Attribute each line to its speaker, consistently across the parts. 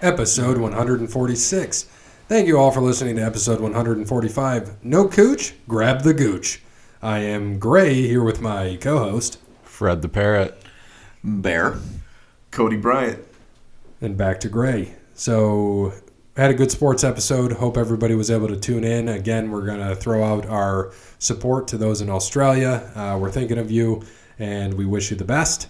Speaker 1: episode 146. Thank you all for listening to episode 145. No cooch, grab the gooch. I am Gray here with my co host.
Speaker 2: Fred the Parrot.
Speaker 3: Bear.
Speaker 4: Cody Bryant.
Speaker 1: and back to gray. So had a good sports episode. Hope everybody was able to tune in. Again, we're gonna throw out our support to those in Australia. Uh, we're thinking of you, and we wish you the best.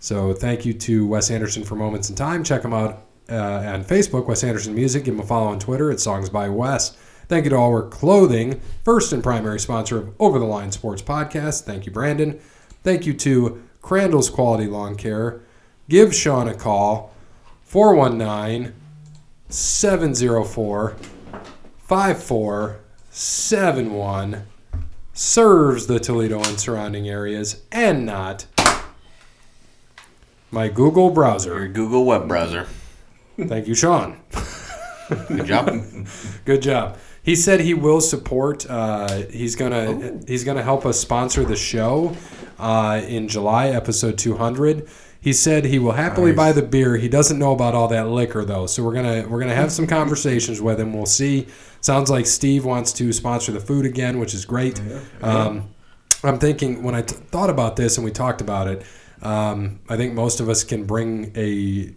Speaker 1: So thank you to Wes Anderson for Moments in Time. Check him out uh, on Facebook, Wes Anderson Music. Give him a follow on Twitter at Songs by Wes. Thank you to All Work Clothing, first and primary sponsor of Over the Line Sports Podcast. Thank you, Brandon. Thank you to Crandall's Quality Lawn Care. Give Sean a call. 419 704 5471 serves the Toledo and surrounding areas and not my Google
Speaker 3: Your
Speaker 1: browser.
Speaker 3: Google web browser.
Speaker 1: Thank you, Sean.
Speaker 3: Good job.
Speaker 1: Good job. He said he will support. Uh, he's gonna he's gonna help us sponsor the show uh, in July, episode 200. He said he will happily buy the beer. He doesn't know about all that liquor though, so we're gonna we're gonna have some conversations with him. We'll see. Sounds like Steve wants to sponsor the food again, which is great. Um, I'm thinking when I t- thought about this and we talked about it. Um, I think most of us can bring a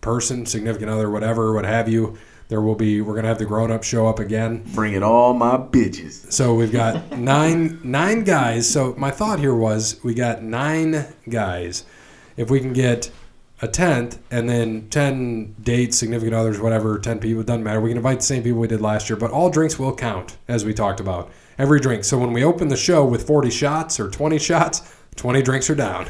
Speaker 1: person, significant other, whatever, what have you. There will be we're gonna have the grown up show up again.
Speaker 4: Bringing all my bitches.
Speaker 1: So we've got nine nine guys. So my thought here was we got nine guys. If we can get a tenth and then ten dates, significant others, whatever, ten people, doesn't matter. We can invite the same people we did last year, but all drinks will count, as we talked about. Every drink. So when we open the show with forty shots or twenty shots, twenty drinks are down.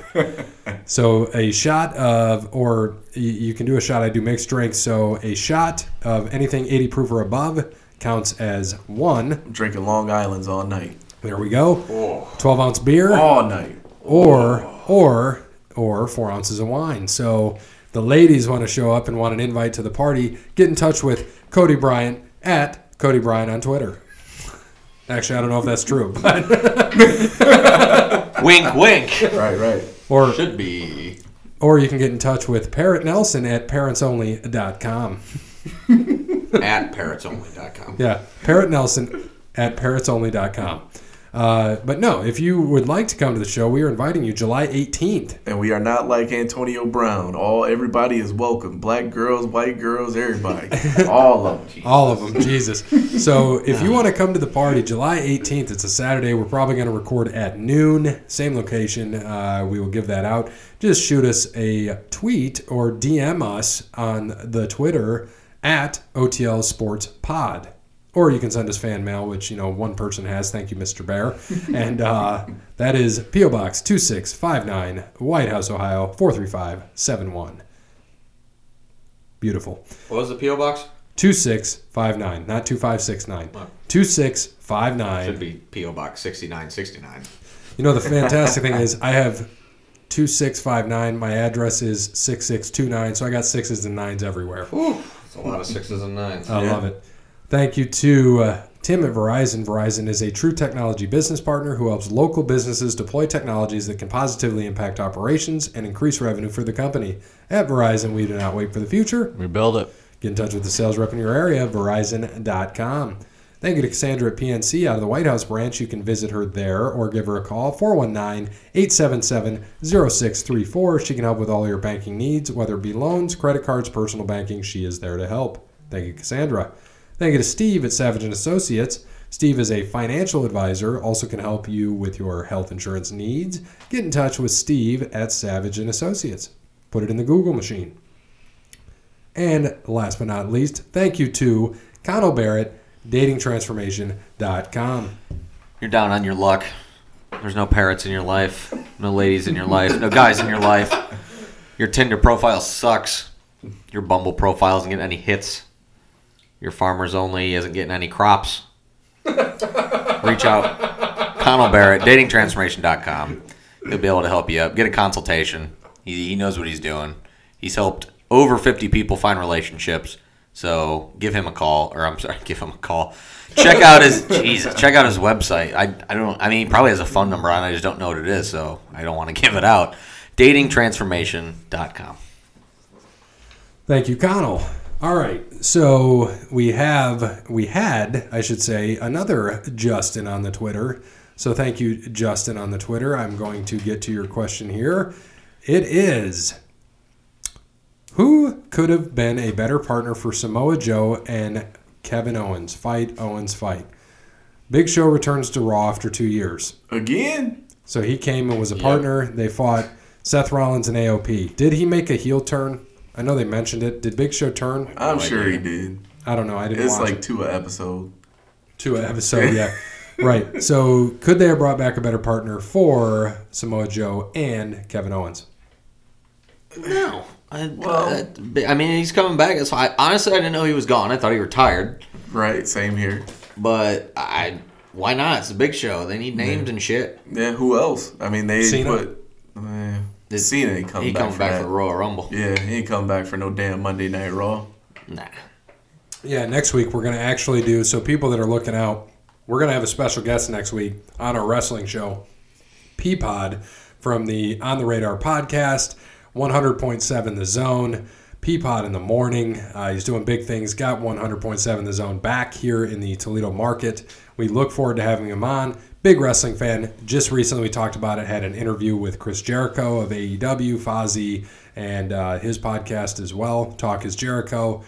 Speaker 1: So a shot of, or y- you can do a shot. I do mixed drinks. So a shot of anything 80 proof or above counts as one.
Speaker 4: Drinking Long Island's all night.
Speaker 1: There we go. 12 ounce beer
Speaker 4: All night.
Speaker 1: or or or four ounces of wine. So the ladies want to show up and want an invite to the party. Get in touch with Cody Bryant at Cody Bryant on Twitter. Actually, I don't know if that's true, but
Speaker 3: wink, wink.
Speaker 4: Right, right.
Speaker 1: or
Speaker 3: Should be.
Speaker 1: or you can get in touch with Parrot Nelson at parentsonly.com.
Speaker 3: At parrotsonly.com.
Speaker 1: Yeah, Parrot Nelson at parrotsonly.com. Uh, but no, if you would like to come to the show, we are inviting you July 18th.
Speaker 4: And we are not like Antonio Brown. All everybody is welcome. Black girls, white girls, everybody. all of them.
Speaker 1: All of them, Jesus. So if you want to come to the party, July 18th, it's a Saturday. We're probably going to record at noon, same location. Uh, we will give that out. Just shoot us a tweet or DM us on the Twitter at OTL Sports Pod. Or you can send us fan mail, which you know one person has. Thank you, Mr. Bear, and uh, that is PO Box two six five nine, White House, Ohio four three five seven one. Beautiful.
Speaker 3: What was the P.O. box?
Speaker 1: 2659, not 2569.
Speaker 3: Wow.
Speaker 1: 2659.
Speaker 3: Should be P.O. box 6969.
Speaker 1: You know, the fantastic thing is I have 2659. My address is 6629, so I got sixes and nines everywhere.
Speaker 3: Whew. That's a lot of sixes and nines.
Speaker 1: I love it. Thank you to uh, Tim at Verizon. Verizon is a true technology business partner who helps local businesses deploy technologies that can positively impact operations and increase revenue for the company. At Verizon, we do not wait for the future.
Speaker 2: We build it.
Speaker 1: Get in touch with the sales rep in your area, verizon.com. Thank you to Cassandra at PNC out of the White House branch. You can visit her there or give her a call, 419 877 0634. She can help with all your banking needs, whether it be loans, credit cards, personal banking. She is there to help. Thank you, Cassandra. Thank you to Steve at Savage and Associates. Steve is a financial advisor, also can help you with your health insurance needs. Get in touch with Steve at Savage and Associates. Put it in the Google machine. And last but not least, thank you to Connell Barrett, datingtransformation.com.
Speaker 3: You're down on your luck. There's no parrots in your life, no ladies in your life, no guys in your life. Your Tinder profile sucks. Your Bumble profile isn't getting any hits. Your farmers only isn't getting any crops. Reach out. Connell Barrett, datingtransformation.com. He'll be able to help you up. Get a consultation. He, he knows what he's doing. He's helped over 50 people find relationships. So give him a call, or I'm sorry, give him a call. Check out his Jesus. Check out his website. I, I don't. I mean, he probably has a phone number on. it, I just don't know what it is, so I don't want to give it out. Datingtransformation.com.
Speaker 1: Thank you, Connell. All right. So we have we had, I should say, another Justin on the Twitter. So thank you, Justin, on the Twitter. I'm going to get to your question here. It is who could have been a better partner for Samoa Joe and Kevin Owens? Fight Owens fight. Big Show returns to Raw after two years.
Speaker 4: Again?
Speaker 1: So he came and was a partner. They fought Seth Rollins and AOP. Did he make a heel turn? I know they mentioned it. Did Big Show turn?
Speaker 4: I'm
Speaker 3: No
Speaker 4: sure he
Speaker 3: idea.
Speaker 4: did.
Speaker 1: I don't know. I didn't
Speaker 4: It's
Speaker 1: watch
Speaker 4: like
Speaker 1: it.
Speaker 4: two a episode.
Speaker 1: to an episode. Yeah, right. So could they have brought back a better partner for Samoa Joe and Kevin Owens?
Speaker 3: No. I,
Speaker 4: Well-
Speaker 3: I, I mean, he's coming back. That's why. Honestly, I didn't know he was gone. I thought he retired.
Speaker 4: Right, same here.
Speaker 3: But I, why not? It's a big show. They need names and shit.
Speaker 4: Yeah, who else? I mean, they
Speaker 1: Cena?
Speaker 4: put. Eh,
Speaker 3: Did-
Speaker 4: Cena ain't come
Speaker 3: he
Speaker 4: back,
Speaker 3: comes
Speaker 4: for,
Speaker 3: back
Speaker 4: that.
Speaker 3: for the Royal Rumble.
Speaker 4: Yeah, he ain't come back for no damn Monday Night Raw.
Speaker 3: Nah.
Speaker 1: Yeah, next week we're going to actually do. So people that are looking out, we're going to have a special guest next week on our wrestling show, Peapod from the On the Radar podcast, 100.7 The Zone. Peapod in the morning. Uh, he's doing big things. Got 100.7 The Zone back here in the Toledo market. We look forward to having him on. Big wrestling fan. Just recently we talked about it. Had an interview with Chris Jericho of AEW, Fozzy, and uh, his podcast as well. Talk is Jericho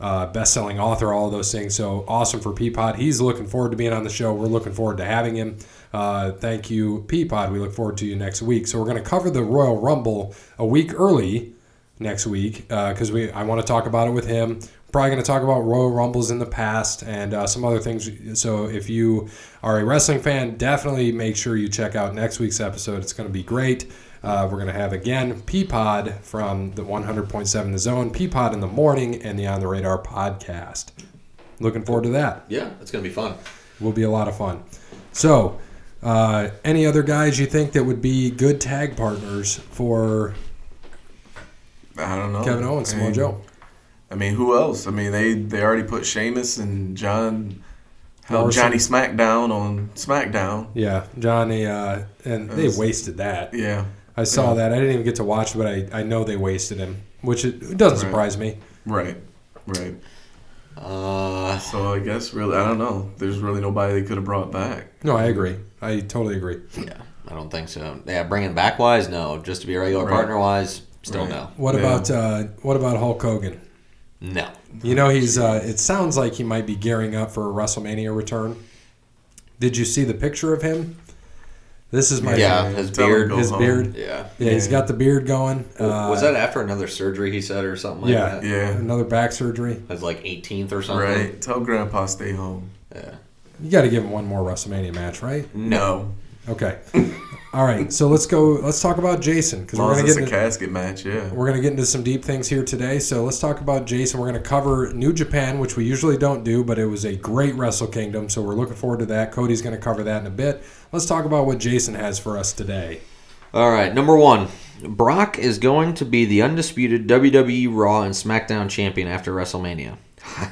Speaker 1: uh, best-selling author, all of those things. So awesome for Peapod. He's looking forward to being on the show. We're looking forward to having him. Uh, thank you, Peapod. We look forward to you next week. So we're going to cover the Royal Rumble a week early next week because we I want to talk about it with him. Probably going to talk about Royal Rumbles in the past and uh, some other things. So if you are a wrestling fan, definitely make sure you check out next week's episode. It's going to be great. Uh, we're going to have again Peapod from the 100.7 The Zone, Peapod in the morning, and the On the Radar podcast. Looking forward to that.
Speaker 3: Yeah, it's gonna be fun.
Speaker 1: Will be a lot of fun. So, uh, any other guys you think that would be good tag partners for
Speaker 4: I don't know.
Speaker 1: Kevin Owens,
Speaker 4: I
Speaker 1: Samoa
Speaker 4: mean,
Speaker 1: Joe?
Speaker 4: I mean, who else? I mean, they they already put Sheamus and John, hell,
Speaker 1: Morrison.
Speaker 4: Johnny SmackDown on SmackDown.
Speaker 1: Yeah, Johnny, uh, and they
Speaker 4: That's-
Speaker 1: wasted that.
Speaker 4: Yeah,
Speaker 1: I saw that. I didn't even get to watch, it, but I, I know they wasted him, which it, it doesn't
Speaker 4: Right.
Speaker 1: surprise me.
Speaker 4: right, right.
Speaker 3: Uh,
Speaker 4: So I guess really, I don't know. There's really nobody they could have brought back.
Speaker 1: No, I agree. I totally agree.
Speaker 3: yeah, I don't think so. Yeah, bringing back wise, no. Just to be a regular
Speaker 4: Right.
Speaker 3: partner wise, still
Speaker 4: Right.
Speaker 3: no.
Speaker 1: What
Speaker 4: Yeah.
Speaker 1: about uh, what about Hulk Hogan?
Speaker 3: No.
Speaker 1: You know, he's. Uh, it sounds like he might be gearing up for a WrestleMania return. Did you see the picture of him? This is my
Speaker 3: Yeah,
Speaker 1: favorite.
Speaker 3: his
Speaker 4: Tell him
Speaker 3: beard.
Speaker 4: go
Speaker 1: his
Speaker 4: home.
Speaker 1: beard.
Speaker 3: Yeah.
Speaker 1: Yeah, he's
Speaker 4: Yeah.
Speaker 1: got the beard going. Uh,
Speaker 3: Oh, was that after another surgery he said or something like
Speaker 1: yeah.
Speaker 3: that?
Speaker 4: Yeah,
Speaker 1: another back surgery?
Speaker 3: That's like 18th or something.
Speaker 4: right. Tell Grandpa stay home.
Speaker 3: Yeah.
Speaker 1: You got to give him one more WrestleMania match, right?
Speaker 4: No,
Speaker 1: Okay. All right. So let's go. Let's talk about Jason because
Speaker 4: as
Speaker 1: we're
Speaker 4: long as
Speaker 1: gonna
Speaker 4: it's
Speaker 1: get
Speaker 4: a
Speaker 1: into,
Speaker 4: casket match. Yeah,
Speaker 1: we're gonna get into some deep things here today. So let's talk about Jason. We're gonna cover New Japan, which we usually don't do, but it was a great Wrestle Kingdom. So we're looking forward to that. Cody's gonna cover that in a bit. Let's talk about what Jason has for us today.
Speaker 3: All right, number one, Brock is going to be the undisputed WWE Raw and SmackDown champion after WrestleMania.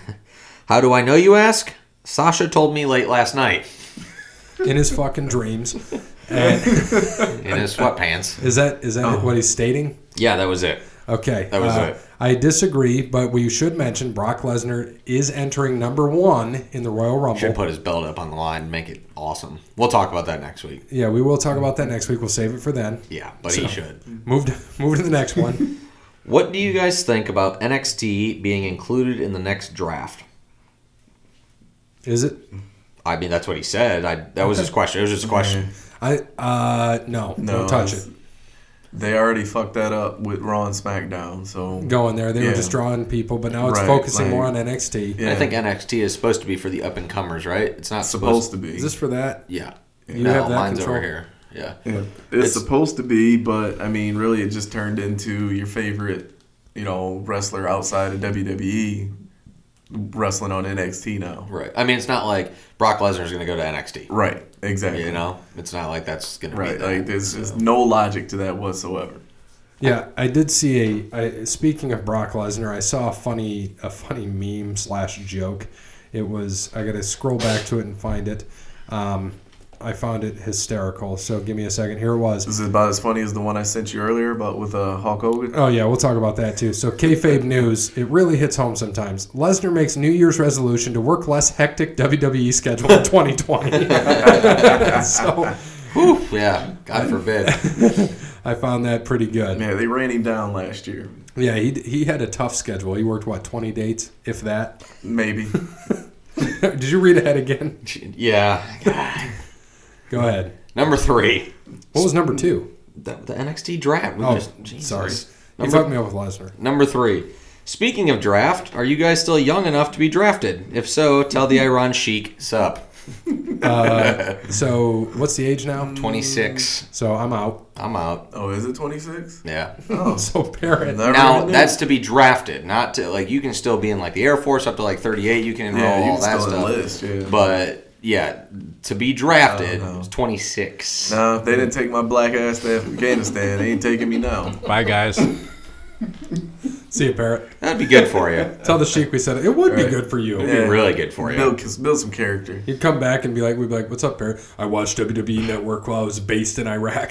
Speaker 3: How do I know, you ask? Sasha told me late last night
Speaker 1: in his fucking dreams. And
Speaker 3: in his sweatpants.
Speaker 1: is that is
Speaker 4: Oh.
Speaker 1: that what he's stating?
Speaker 3: Yeah, that was it.
Speaker 1: Okay,
Speaker 3: That was
Speaker 1: uh,
Speaker 3: it.
Speaker 1: I disagree, but we should mention Brock Lesnar is entering number one in the Royal Rumble.
Speaker 3: Should put his belt up on the line and make it awesome. We'll talk about that next week.
Speaker 1: yeah, we will talk about that next week. We'll save it for then.
Speaker 3: Yeah, but he should.
Speaker 1: Move to, move to the next one.
Speaker 3: What do you guys think about NXT being included in the next draft?
Speaker 1: Is it?
Speaker 3: I mean, that's what he said. I, that was his question. It was just a question.
Speaker 1: I uh no,
Speaker 4: No,
Speaker 1: don't touch
Speaker 4: it's-
Speaker 1: it.
Speaker 4: they already fucked that up with Raw and SmackDown. So
Speaker 1: Going there, they were
Speaker 4: Yeah.
Speaker 1: just drawing people, but now it's
Speaker 4: Right,
Speaker 1: focusing
Speaker 4: like-
Speaker 1: more on NXT.
Speaker 4: Yeah.
Speaker 3: I think NXT is supposed to be for the up and comers, right? It's not
Speaker 4: supposed
Speaker 3: supposed
Speaker 4: to be.
Speaker 1: Is this for that?
Speaker 3: Yeah.
Speaker 1: You
Speaker 3: no,
Speaker 1: have that
Speaker 3: mine's
Speaker 1: control?
Speaker 3: over here. Yeah.
Speaker 4: Yeah. It's,
Speaker 3: It's-
Speaker 4: supposed to be, but I mean, really, it just turned into your favorite, you know, wrestler outside of WWE wrestling on NXT now.
Speaker 3: Right. I mean, it's not like Brock Lesnar's going to go to NXT.
Speaker 4: Right. Exactly.
Speaker 3: You know, it's not like that's going to
Speaker 4: Right.
Speaker 3: be that.
Speaker 4: Like, there's just no logic to that whatsoever.
Speaker 1: Yeah, I did see a. I, speaking of Brock Lesnar, I saw a funny a funny meme slash joke. It was I got to scroll back to it and find it. Um, I found it hysterical. So give me a second. Here it was.
Speaker 4: This is about as funny as the one I sent you earlier, but with uh, Hulk Hogan.
Speaker 1: Oh yeah, we'll talk about that too. So kayfabe news, it really hits home sometimes. Lesnar makes New Year's resolution to work less hectic WWE schedule in 2020. so
Speaker 3: Whew, yeah, God forbid.
Speaker 1: I found that pretty good.
Speaker 4: Yeah, they ran him down last year.
Speaker 1: Yeah, he he had a tough schedule. He worked what 20 dates, if that.
Speaker 4: Maybe.
Speaker 1: Did you read ahead again?
Speaker 3: yeah. God.
Speaker 1: Go ahead.
Speaker 3: Number three,
Speaker 1: What was number two?
Speaker 3: the, the NXT draft. We
Speaker 1: Oh,
Speaker 3: just- Mm, Jesus.
Speaker 1: sorry. You
Speaker 3: Number-
Speaker 1: fucked me up with Lesnar.
Speaker 3: Number three. Speaking of draft, are you guys still young enough to be drafted? If so, tell the Iran Sheik sup.
Speaker 1: So what's the age now?
Speaker 3: 26.
Speaker 1: So I'm out.
Speaker 3: I'm out.
Speaker 4: oh, is it 26?
Speaker 3: Yeah.
Speaker 4: Oh,
Speaker 1: So Barrett.
Speaker 4: never
Speaker 3: Now
Speaker 4: knew.
Speaker 3: that's to be drafted, not to like you can still be in like the Air Force up to like 38. You can enroll
Speaker 4: Yeah, you
Speaker 3: all
Speaker 4: can
Speaker 3: that
Speaker 4: still
Speaker 3: stuff.
Speaker 4: enlist, yeah.
Speaker 3: But yeah, to be drafted,
Speaker 4: I don't know.
Speaker 3: it's 26.
Speaker 4: No, they didn't take my black ass to Afghanistan. They ain't taking me now.
Speaker 2: Bye, guys.
Speaker 1: See you, Barrett.
Speaker 3: That'd be good for you.
Speaker 1: Tell the Sheik we said it, it would be
Speaker 4: Right.
Speaker 1: good for you.
Speaker 3: It'd
Speaker 4: Yeah.
Speaker 3: be really good for you.
Speaker 4: Build, build some character.
Speaker 1: He'd come back and be like, "We'd be like, what's up, Barrett? I watched WWE Network while I was based in Iraq."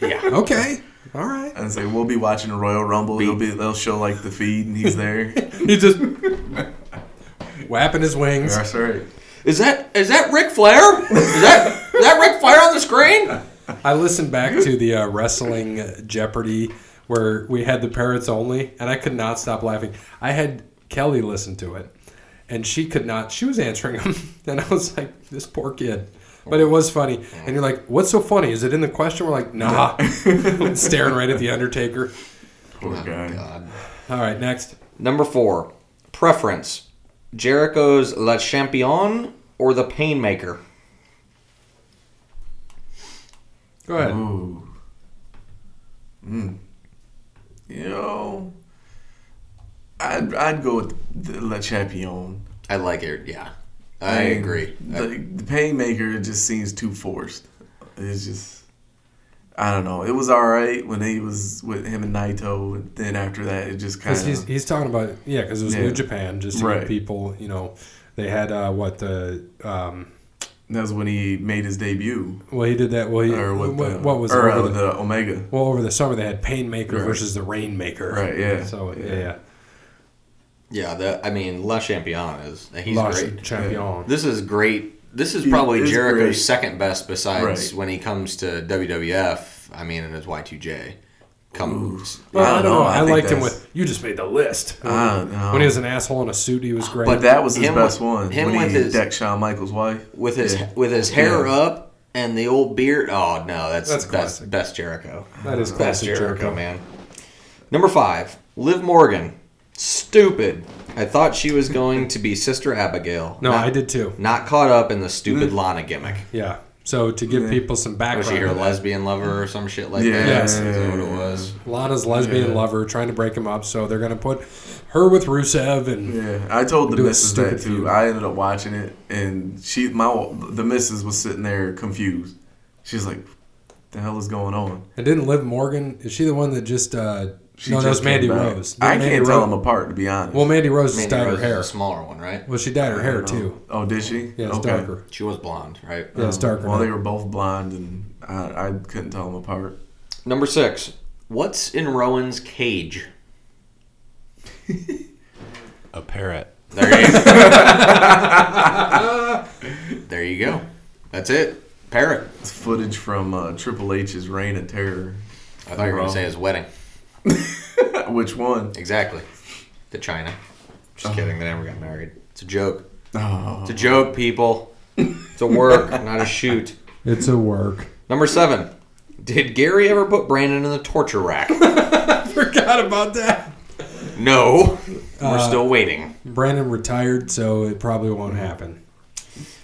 Speaker 3: Yeah.
Speaker 1: okay, all right.
Speaker 4: And say we'll be watching the Royal Rumble. They'll be they'll show like the feed, and he's there.
Speaker 1: He just whapping his wings.
Speaker 4: That's right.
Speaker 3: Is that is that Ric Flair? Is that is that Ric Flair on the screen?
Speaker 1: I listened back to the uh, wrestling Jeopardy where we had the parrots only, and I could not stop laughing. I had Kelly listen to it, and she could not. She was answering them, and I was like, "This poor kid." But it was funny, and you're like, "What's so funny? Is it in the question?" We're like, "Nah," staring right at the Undertaker.
Speaker 4: Poor guy.
Speaker 3: Oh God.
Speaker 1: All right, next.
Speaker 3: Number four, preference: Jericho's La Champion or the Painmaker.
Speaker 1: Go ahead.
Speaker 4: Ooh. Mm. You know, I'd I'd go with the La Champion.
Speaker 3: I like it. Yeah, I
Speaker 4: mean,
Speaker 3: agree.
Speaker 4: The, the Painmaker just seems too forced. It's just, I don't know. It was all right when he was with him and Naito. And then after that, it just kind
Speaker 1: Because he's,
Speaker 4: of
Speaker 1: he's talking about yeah, because it was
Speaker 4: Yeah.
Speaker 1: New Japan, just to give
Speaker 4: Right.
Speaker 1: people you know they had uh, what the um,
Speaker 4: that's when he made his debut.
Speaker 1: well he did that well he,
Speaker 4: Or
Speaker 1: what,
Speaker 4: with the,
Speaker 1: what was
Speaker 4: or,
Speaker 1: over
Speaker 4: uh,
Speaker 1: the-
Speaker 4: the Omega?
Speaker 1: well over the summer they had Painmaker
Speaker 4: Right.
Speaker 1: versus the Rainmaker
Speaker 4: Right, yeah.
Speaker 1: so yeah,
Speaker 4: Yeah.
Speaker 1: yeah.
Speaker 3: yeah, the, I mean La Champion is he's
Speaker 1: Lost
Speaker 3: great.
Speaker 1: champion
Speaker 3: This is great. This is
Speaker 4: He
Speaker 3: probably
Speaker 4: is
Speaker 3: Jericho's
Speaker 4: great.
Speaker 3: second best besides
Speaker 4: Right.
Speaker 3: when he comes to WWF. I mean, and his Y2J comes.
Speaker 1: well, I, don't know, I,
Speaker 4: think
Speaker 1: liked him
Speaker 4: that's-
Speaker 1: with you just made the list
Speaker 4: I don't know.
Speaker 1: when he was an asshole in a suit he was great
Speaker 4: But that was his
Speaker 3: Him
Speaker 4: best
Speaker 3: with-
Speaker 4: one.
Speaker 3: him
Speaker 4: when
Speaker 3: with
Speaker 4: he
Speaker 3: his-
Speaker 4: decked Shawn Michaels' wife.
Speaker 3: with his
Speaker 4: Yeah.
Speaker 3: with his hair
Speaker 4: Yeah.
Speaker 3: up and the old beard. Oh no, that's
Speaker 1: That's
Speaker 3: that's best,
Speaker 1: classic.
Speaker 3: best Jericho.
Speaker 1: That is
Speaker 3: best
Speaker 1: classic
Speaker 3: Jericho,
Speaker 1: Jericho.
Speaker 3: man. Number five, Liv Morgan. Stupid. I thought she was going to be Sister Abigail.
Speaker 1: no
Speaker 3: not,
Speaker 1: I did too Mm.
Speaker 3: Not caught up in the stupid Lana gimmick.
Speaker 1: yeah so to give people some
Speaker 3: Was she her
Speaker 1: background
Speaker 3: lesbian lover or some shit like
Speaker 4: Yeah.
Speaker 3: that?
Speaker 1: Yes.
Speaker 3: Is that what it was?
Speaker 1: Lana's lesbian
Speaker 4: Yeah.
Speaker 1: lover trying to break him up so they're gonna put her with Rusev and
Speaker 4: Yeah, I told the
Speaker 1: Do a
Speaker 4: missus that
Speaker 1: stupid feud.
Speaker 4: too. I ended up watching it, and she, my, the missus was sitting there confused. She's like, "The hell is going on?"
Speaker 1: And didn't Liv Morgan? Is she the one that just? Uh,
Speaker 4: She
Speaker 1: no, that
Speaker 4: just
Speaker 1: was Mandy
Speaker 4: came back.
Speaker 1: Rose.
Speaker 4: I
Speaker 1: Mandy
Speaker 4: can't tell
Speaker 1: Rose-
Speaker 4: them apart, to be honest.
Speaker 1: Well, Mandy Rose just
Speaker 3: Mandy
Speaker 1: dyed
Speaker 3: Rose
Speaker 1: her hair.
Speaker 3: is a smaller one, right?
Speaker 1: Well, she dyed her hair
Speaker 4: No.
Speaker 1: too.
Speaker 4: Oh, did she?
Speaker 1: Yeah, it's
Speaker 4: Okay.
Speaker 1: darker.
Speaker 3: She was blonde, right?
Speaker 1: Yeah, it's darker.
Speaker 4: Well,
Speaker 1: now.
Speaker 4: they were both blind, and I, I couldn't tell them apart.
Speaker 3: Number six. What's in Rowan's cage?
Speaker 2: A parrot.
Speaker 3: There you go. there you go. That's it. Parrot.
Speaker 4: It's footage from uh, Triple H's Reign of Terror.
Speaker 3: I thought you were going to say his wedding.
Speaker 4: Which one?
Speaker 3: Exactly. To China. Just kidding. They never got married. It's a joke.
Speaker 4: Oh,
Speaker 3: It's a joke, people. It's a work, not a shoot.
Speaker 1: It's a work.
Speaker 3: Number seven. Did Gary ever put Brandon in the torture rack?
Speaker 1: Forgot about that.
Speaker 3: No. We're still waiting.
Speaker 1: Brandon retired, so it probably won't happen.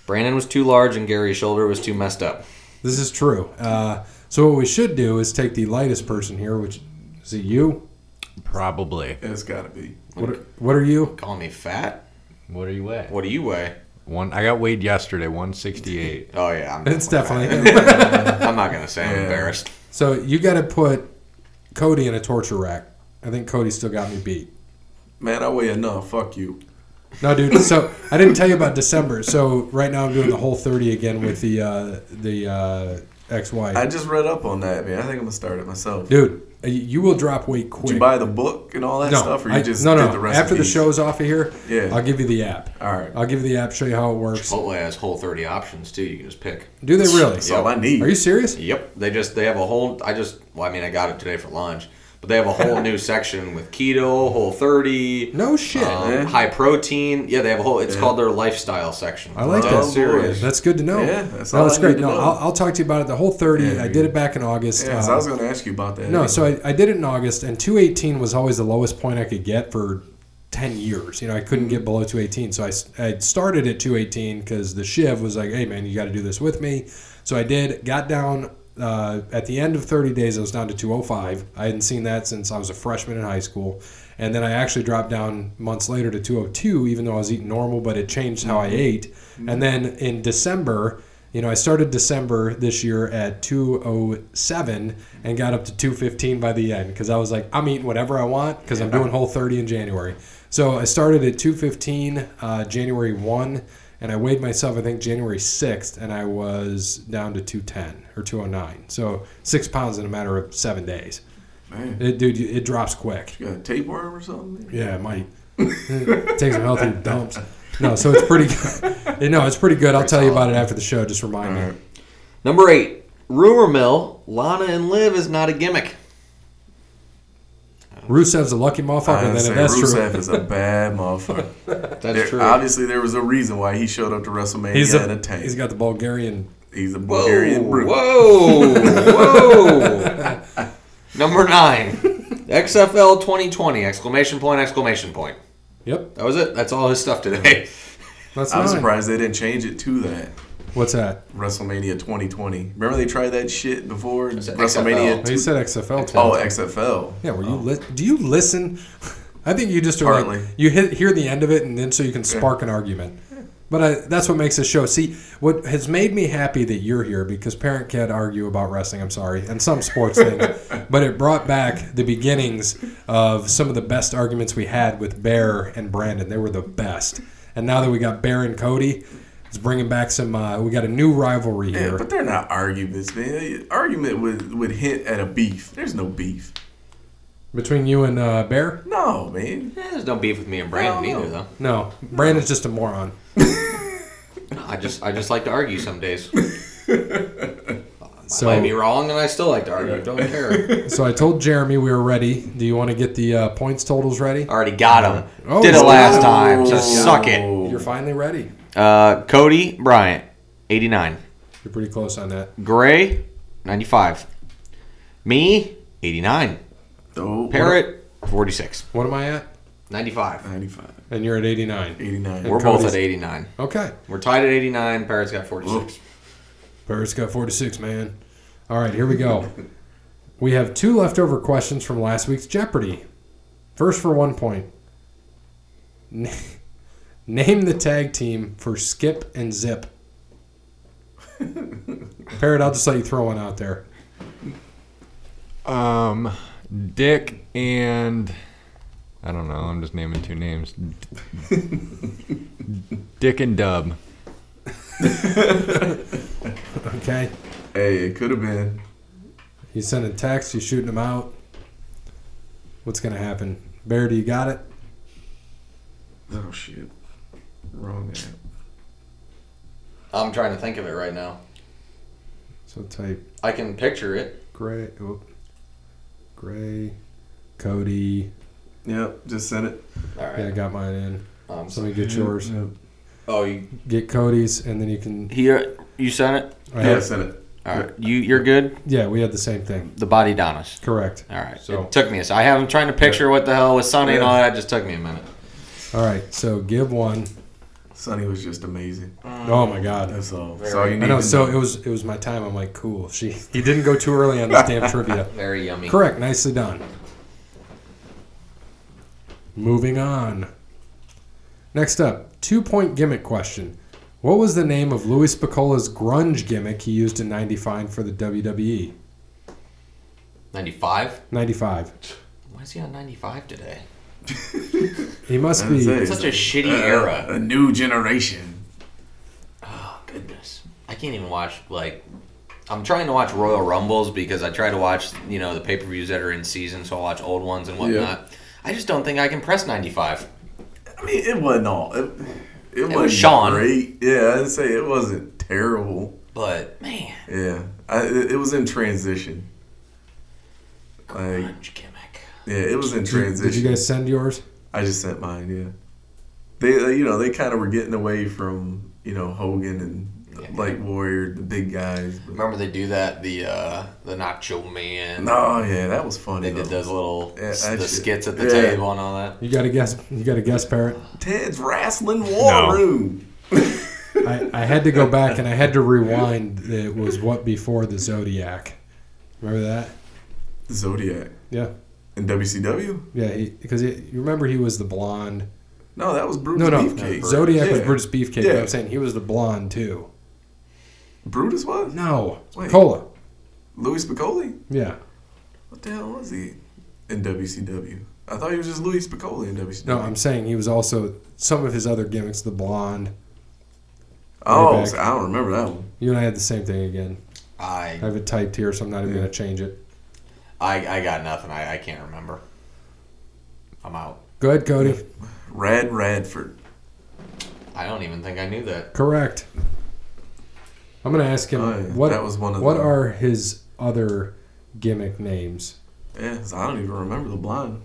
Speaker 3: Brandon was too large and Gary's shoulder was too messed up.
Speaker 1: This is true. Uh, so what we should do is take the lightest person here, which is it you?
Speaker 2: Probably.
Speaker 4: it's gotta be.
Speaker 1: What are, what are you?
Speaker 3: Calling me fat?
Speaker 2: What are you weigh?
Speaker 3: What do you weigh?
Speaker 2: One. I got weighed yesterday. One sixty-eight.
Speaker 3: Oh, yeah. I'm
Speaker 1: It's
Speaker 3: definitely
Speaker 1: definitely him.
Speaker 3: fat. I'm not going to say I'm
Speaker 4: Yeah.
Speaker 3: embarrassed.
Speaker 1: so you got to put Cody in a torture rack. I think Cody still got me beat.
Speaker 4: Man, I weigh enough. Fuck you.
Speaker 1: No, dude. So I didn't tell you about December. So right now I'm doing the whole 30 again with the uh, the uh, ex-wife.
Speaker 4: I just read up on that, man. I think I'm gonna start it myself.
Speaker 1: dude, uh, you will drop weight quick.
Speaker 4: Did you buy the book and all that
Speaker 1: no,
Speaker 4: stuff, or you
Speaker 1: I-
Speaker 4: just
Speaker 1: no, no.
Speaker 4: did the recipes?
Speaker 1: After the show's off of here,
Speaker 4: Yeah.
Speaker 1: I'll give you the app.
Speaker 4: All right.
Speaker 1: I'll give you the app, show you how it works.
Speaker 3: Chipotle has whole 30 options too. You can just pick.
Speaker 1: Do they really?
Speaker 4: That's all I need.
Speaker 1: Are you serious?
Speaker 3: Yep. They just they have a whole. I just well, I mean, I got it today for lunch, but they have a whole new section with keto, whole 30.
Speaker 1: No shit.
Speaker 3: um,
Speaker 4: Yeah.
Speaker 3: high protein. Yeah, they have a whole. It's called their lifestyle section. Oh,
Speaker 1: I like
Speaker 3: Dead
Speaker 1: that.
Speaker 3: serious.
Speaker 1: That's good to know.
Speaker 4: Yeah, that's
Speaker 1: no,
Speaker 4: all
Speaker 1: that's
Speaker 4: I
Speaker 1: great.
Speaker 4: need to
Speaker 1: No,
Speaker 4: know.
Speaker 1: I'll, I'll talk to you about it the whole 30.
Speaker 4: Yeah.
Speaker 1: I did it back in August.
Speaker 4: Yeah,
Speaker 1: Uh,
Speaker 4: so I was gonna ask you about that.
Speaker 1: No, so I, I did it in August, and 218 was always the lowest point I could get for 10 years. You know, I couldn't get below 218. So I, s- I started at 218 because the Shiv was like, hey, man, you got to do this with me. So I did, got down. Uh, at the end of 30 days, I was down to 205. I hadn't seen that since I was a freshman in high school. And then I actually dropped down months later to 202, even though I was eating normal, but it changed how I ate. And then in December, you know, I started December this year at 207 and got up to 215 by the end because I was like, I'm eating whatever I want because I'm doing whole 30 in January. So I started at 215 uh, January 1, and I weighed myself, I think, January 6th, and I was down to 210 or 209. So six pounds in a matter of seven days.
Speaker 4: man,
Speaker 1: It, dude, it drops quick.
Speaker 4: you got a tapeworm or something?
Speaker 1: Yeah, it might. Take some healthy dumps. No, so it's pretty good. No, it's pretty good. I'll tell you about it after the show. Just remind me.
Speaker 3: Number eight, rumor mill. Lana and Liv is not a gimmick.
Speaker 1: Rusev's a lucky
Speaker 4: I
Speaker 1: motherfucker. Then if
Speaker 4: understand.
Speaker 1: that's
Speaker 4: Rusev
Speaker 1: true.
Speaker 4: is a bad motherfucker.
Speaker 3: That's
Speaker 4: There-
Speaker 3: true.
Speaker 4: Obviously, there was a reason why he showed up to WrestleMania
Speaker 1: He's
Speaker 4: in a
Speaker 1: a,
Speaker 4: tank.
Speaker 1: he's got the Bulgarian.
Speaker 4: He's a
Speaker 3: whoa,
Speaker 4: Bulgarian brute.
Speaker 3: whoa, Oh, whoa. Number nine, XFL 2020! Exclamation point! Exclamation point!
Speaker 1: Yep,
Speaker 3: That was it. That's all his stuff today.
Speaker 1: that's
Speaker 4: I'm
Speaker 1: nine.
Speaker 4: surprised they didn't change it to that.
Speaker 1: What's that?
Speaker 4: WrestleMania 2020. Remember they tried that shit before
Speaker 3: said
Speaker 4: WrestleMania.
Speaker 3: XFL.
Speaker 1: Well, you said XFL.
Speaker 4: Oh,
Speaker 1: twice.
Speaker 4: XFL.
Speaker 1: yeah. Were you li- do you listen? I think you just are like,
Speaker 4: Partly.
Speaker 1: you hit, hear the end of it, and then so you can spark an argument. But I, that's what makes this show. See, what has made me happy that you're here because parent can't argue about wrestling. I'm sorry, and some sports things, but it brought back the beginnings of some of the best arguments we had with Bear and Brandon. They were the best, and now that we got Bear and Cody, it's bringing back some. Uh, we got a new rivalry
Speaker 4: Yeah,
Speaker 1: here.
Speaker 4: but they're not arguments, man. Argument would would hint at a beef. There's no beef.
Speaker 1: Between you and uh, Bear?
Speaker 4: No, man.
Speaker 3: Yeah, there's no beef with me and Brandon
Speaker 4: No.
Speaker 3: either, though.
Speaker 1: No. Brandon's just a moron.
Speaker 3: No, I just I just like to argue some days.
Speaker 1: So,
Speaker 3: I might be wrong, and I still like to argue. Don't care.
Speaker 1: so I told Jeremy we were ready. Do you want to get the uh, points totals ready?
Speaker 3: Already got him.
Speaker 1: Oh,
Speaker 3: Did it last
Speaker 1: oh.
Speaker 3: time. So
Speaker 4: Oh.
Speaker 3: suck it.
Speaker 1: You're finally ready.
Speaker 3: Uh, Cody Bryant, 89.
Speaker 1: You're pretty close on that.
Speaker 3: Gray, 95. Me, 89.
Speaker 4: Oh,
Speaker 3: Parrot, 46.
Speaker 1: What am I at?
Speaker 3: 95.
Speaker 4: 95,
Speaker 1: And you're at 89.
Speaker 4: 89.
Speaker 3: We're both
Speaker 1: Cody's-
Speaker 3: at 89.
Speaker 1: Okay.
Speaker 3: We're tied at 89. Parrot's got 46.
Speaker 1: Barrett's got 46, man. All right, here we go. we have two leftover questions from last week's Jeopardy. First for one point. N- Name the tag team for Skip and Zip. Parrot, I'll just let you throw one out there.
Speaker 2: Um, Dick and I don't know. I'm just naming two names. Dick and Dub.
Speaker 1: Okay.
Speaker 4: Hey, it could have been.
Speaker 1: You send a text, you shooting them out. What's gonna happen? Bear, do you got it?
Speaker 4: Oh shit. Wrong app.
Speaker 1: Oh.
Speaker 3: I'm trying to think of it right now.
Speaker 1: So type
Speaker 3: I can picture it.
Speaker 1: Gray oh, Gray Cody.
Speaker 4: Yep, just sent it.
Speaker 3: All right.
Speaker 1: Yeah, I got mine in.
Speaker 3: Um,
Speaker 1: So let me get yours.
Speaker 4: Yep.
Speaker 3: oh, you,
Speaker 1: Get Cody's and then uh, you can
Speaker 3: here, you sent it?
Speaker 1: I
Speaker 4: Yeah,
Speaker 1: have-
Speaker 4: sent it.
Speaker 3: All right. You, you're good?
Speaker 1: Yeah, we had the same thing.
Speaker 3: The body Donis.
Speaker 1: Correct.
Speaker 3: All right.
Speaker 1: So-
Speaker 3: it took me a second. I haven't trying to picture what the hell was Sunny and all that. It just took me a minute.
Speaker 1: All right, so give one.
Speaker 4: Sonny was just amazing.
Speaker 1: Oh my god.
Speaker 4: That's all. That's all you need.
Speaker 1: I know,
Speaker 4: to
Speaker 1: so it was it was my time. I'm like, cool. She he didn't go too early on this damn trivia.
Speaker 3: Very yummy.
Speaker 1: Correct. Nicely done. Moving on. Next up, two point gimmick question. What was the name of Louis Piccola's grunge gimmick he used in 95 for the E? WWE?
Speaker 3: 95?
Speaker 1: 95.
Speaker 3: Why is he on 95 today?
Speaker 1: He must
Speaker 4: That's
Speaker 1: be.
Speaker 4: it.
Speaker 3: Such a shitty
Speaker 4: Uh,
Speaker 3: era.
Speaker 4: A new generation.
Speaker 3: Oh goodness, I can't even watch like. I'm trying to watch Royal Rumbles because I try to watch you know the pay per views that are in season, so I watch old ones and whatnot. I just don't think I can press 95.
Speaker 4: I mean, it wasn't all. It, it, wasn't
Speaker 3: Sean.
Speaker 4: great. Yeah, I'd say it wasn't terrible.
Speaker 3: But man,
Speaker 4: Yeah, I, it, it was in transition. Like,
Speaker 3: grunge gimmick.
Speaker 4: yeah, it was in
Speaker 1: Did,
Speaker 4: transition.
Speaker 1: did you guys send yours?
Speaker 4: I just sent mine. Yeah, they uh, you know they kind of were getting away from you know Hogan and
Speaker 3: Yeah.
Speaker 4: like Warrior, the big guys. But,
Speaker 3: Remember they do that the uh, the Nacho Man.
Speaker 4: no, yeah, that was funny.
Speaker 3: They did
Speaker 4: though.
Speaker 3: those little
Speaker 4: Yeah, that
Speaker 3: the
Speaker 4: shit-
Speaker 3: skits at the
Speaker 4: yeah.
Speaker 3: table and all that.
Speaker 1: You got to guess. You got to guess, parrot.
Speaker 4: Ted's wrestling war
Speaker 2: No.
Speaker 4: room.
Speaker 1: I, I had to go back and I had to rewind. It was what before the Zodiac. Remember that?
Speaker 4: Zodiac
Speaker 1: Yeah,
Speaker 4: and WCW.
Speaker 1: yeah. Because you remember he was the blonde.
Speaker 4: No, that was Brutus
Speaker 1: No, no.
Speaker 4: Beefcake.
Speaker 1: Zodiac was
Speaker 4: Yeah.
Speaker 1: Brutus Beefcake. but
Speaker 4: Yeah.
Speaker 1: I'm saying he was the blonde too.
Speaker 4: Brutus was
Speaker 1: No,
Speaker 4: Wait.
Speaker 1: Cola.
Speaker 4: Louis Spicoli.
Speaker 1: Yeah.
Speaker 4: What the hell was he in WCW? I thought he was just Louis Spicoli in WCW.
Speaker 1: No, I'm saying he was also some of his other gimmicks. The blonde. way
Speaker 4: oh,
Speaker 1: back.
Speaker 4: so I don't remember that one.
Speaker 1: You and I had the same thing again.
Speaker 3: I
Speaker 1: I have it typed here, so I'm not even gonna change it.
Speaker 3: I, I got nothing. I, I can't remember. I'm out.
Speaker 1: Go ahead, Cody.
Speaker 4: Rad Radford.
Speaker 3: I don't even think I knew that.
Speaker 1: Correct. I'm gonna ask him
Speaker 4: Oh, yeah.
Speaker 1: what
Speaker 4: That was one of
Speaker 1: what
Speaker 4: the-
Speaker 1: are his other gimmick names.
Speaker 4: Yeah, 'cause I don't even remember the blonde.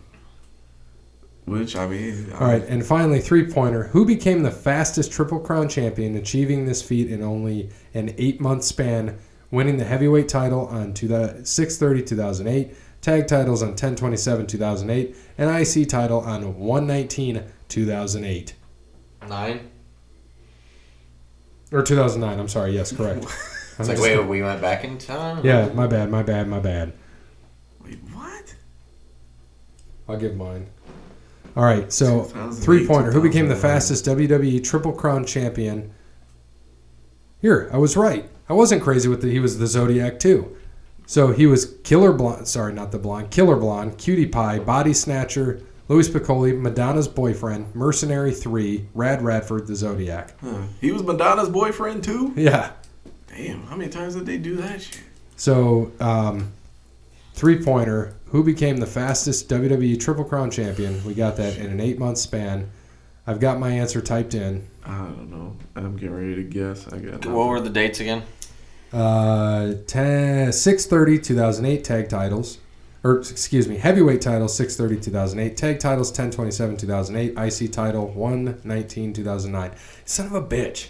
Speaker 4: Which I mean,
Speaker 1: All right, and finally, three pointer. Who became the fastest Triple Crown champion, achieving this feat in only an eight month span, winning the heavyweight title on uh, 6 2008, tag titles on 10 2008, and IC title on 119 2008.
Speaker 3: Nine.
Speaker 1: Or 2009, I'm sorry, yes, correct. I'm
Speaker 3: It's like
Speaker 1: just-
Speaker 3: wait, we went back in time.
Speaker 1: yeah, my bad, my bad, my bad.
Speaker 4: Wait, what?
Speaker 1: I'll give mine. All right, so
Speaker 4: 2008,
Speaker 1: three pointer. Who became the
Speaker 4: 2009.
Speaker 1: fastest WWE Triple Crown champion? Here, I was right. I wasn't crazy with the he was the Zodiac too. So he was Killer Blonde. Sorry, not the blonde. Killer Blonde, Cutie Pie, Body Snatcher, Louis Piccoli, Madonna's boyfriend, Mercenary Three, Rad Radford, the Zodiac.
Speaker 4: Huh. He was Madonna's boyfriend too.
Speaker 1: Yeah.
Speaker 4: Damn, how many times did they do that shit?
Speaker 1: So um, three pointer. Who became the fastest WWE Triple Crown champion? We got that in an eight month span. I've got my answer typed in.
Speaker 4: I don't know. I'm getting ready to guess. I got.
Speaker 3: What were the dates again?
Speaker 1: Uh, 10, 630 2008 tag titles or excuse me heavyweight titles 630 2008 tag titles 1027 2008 ic title 119 2009 son of a bitch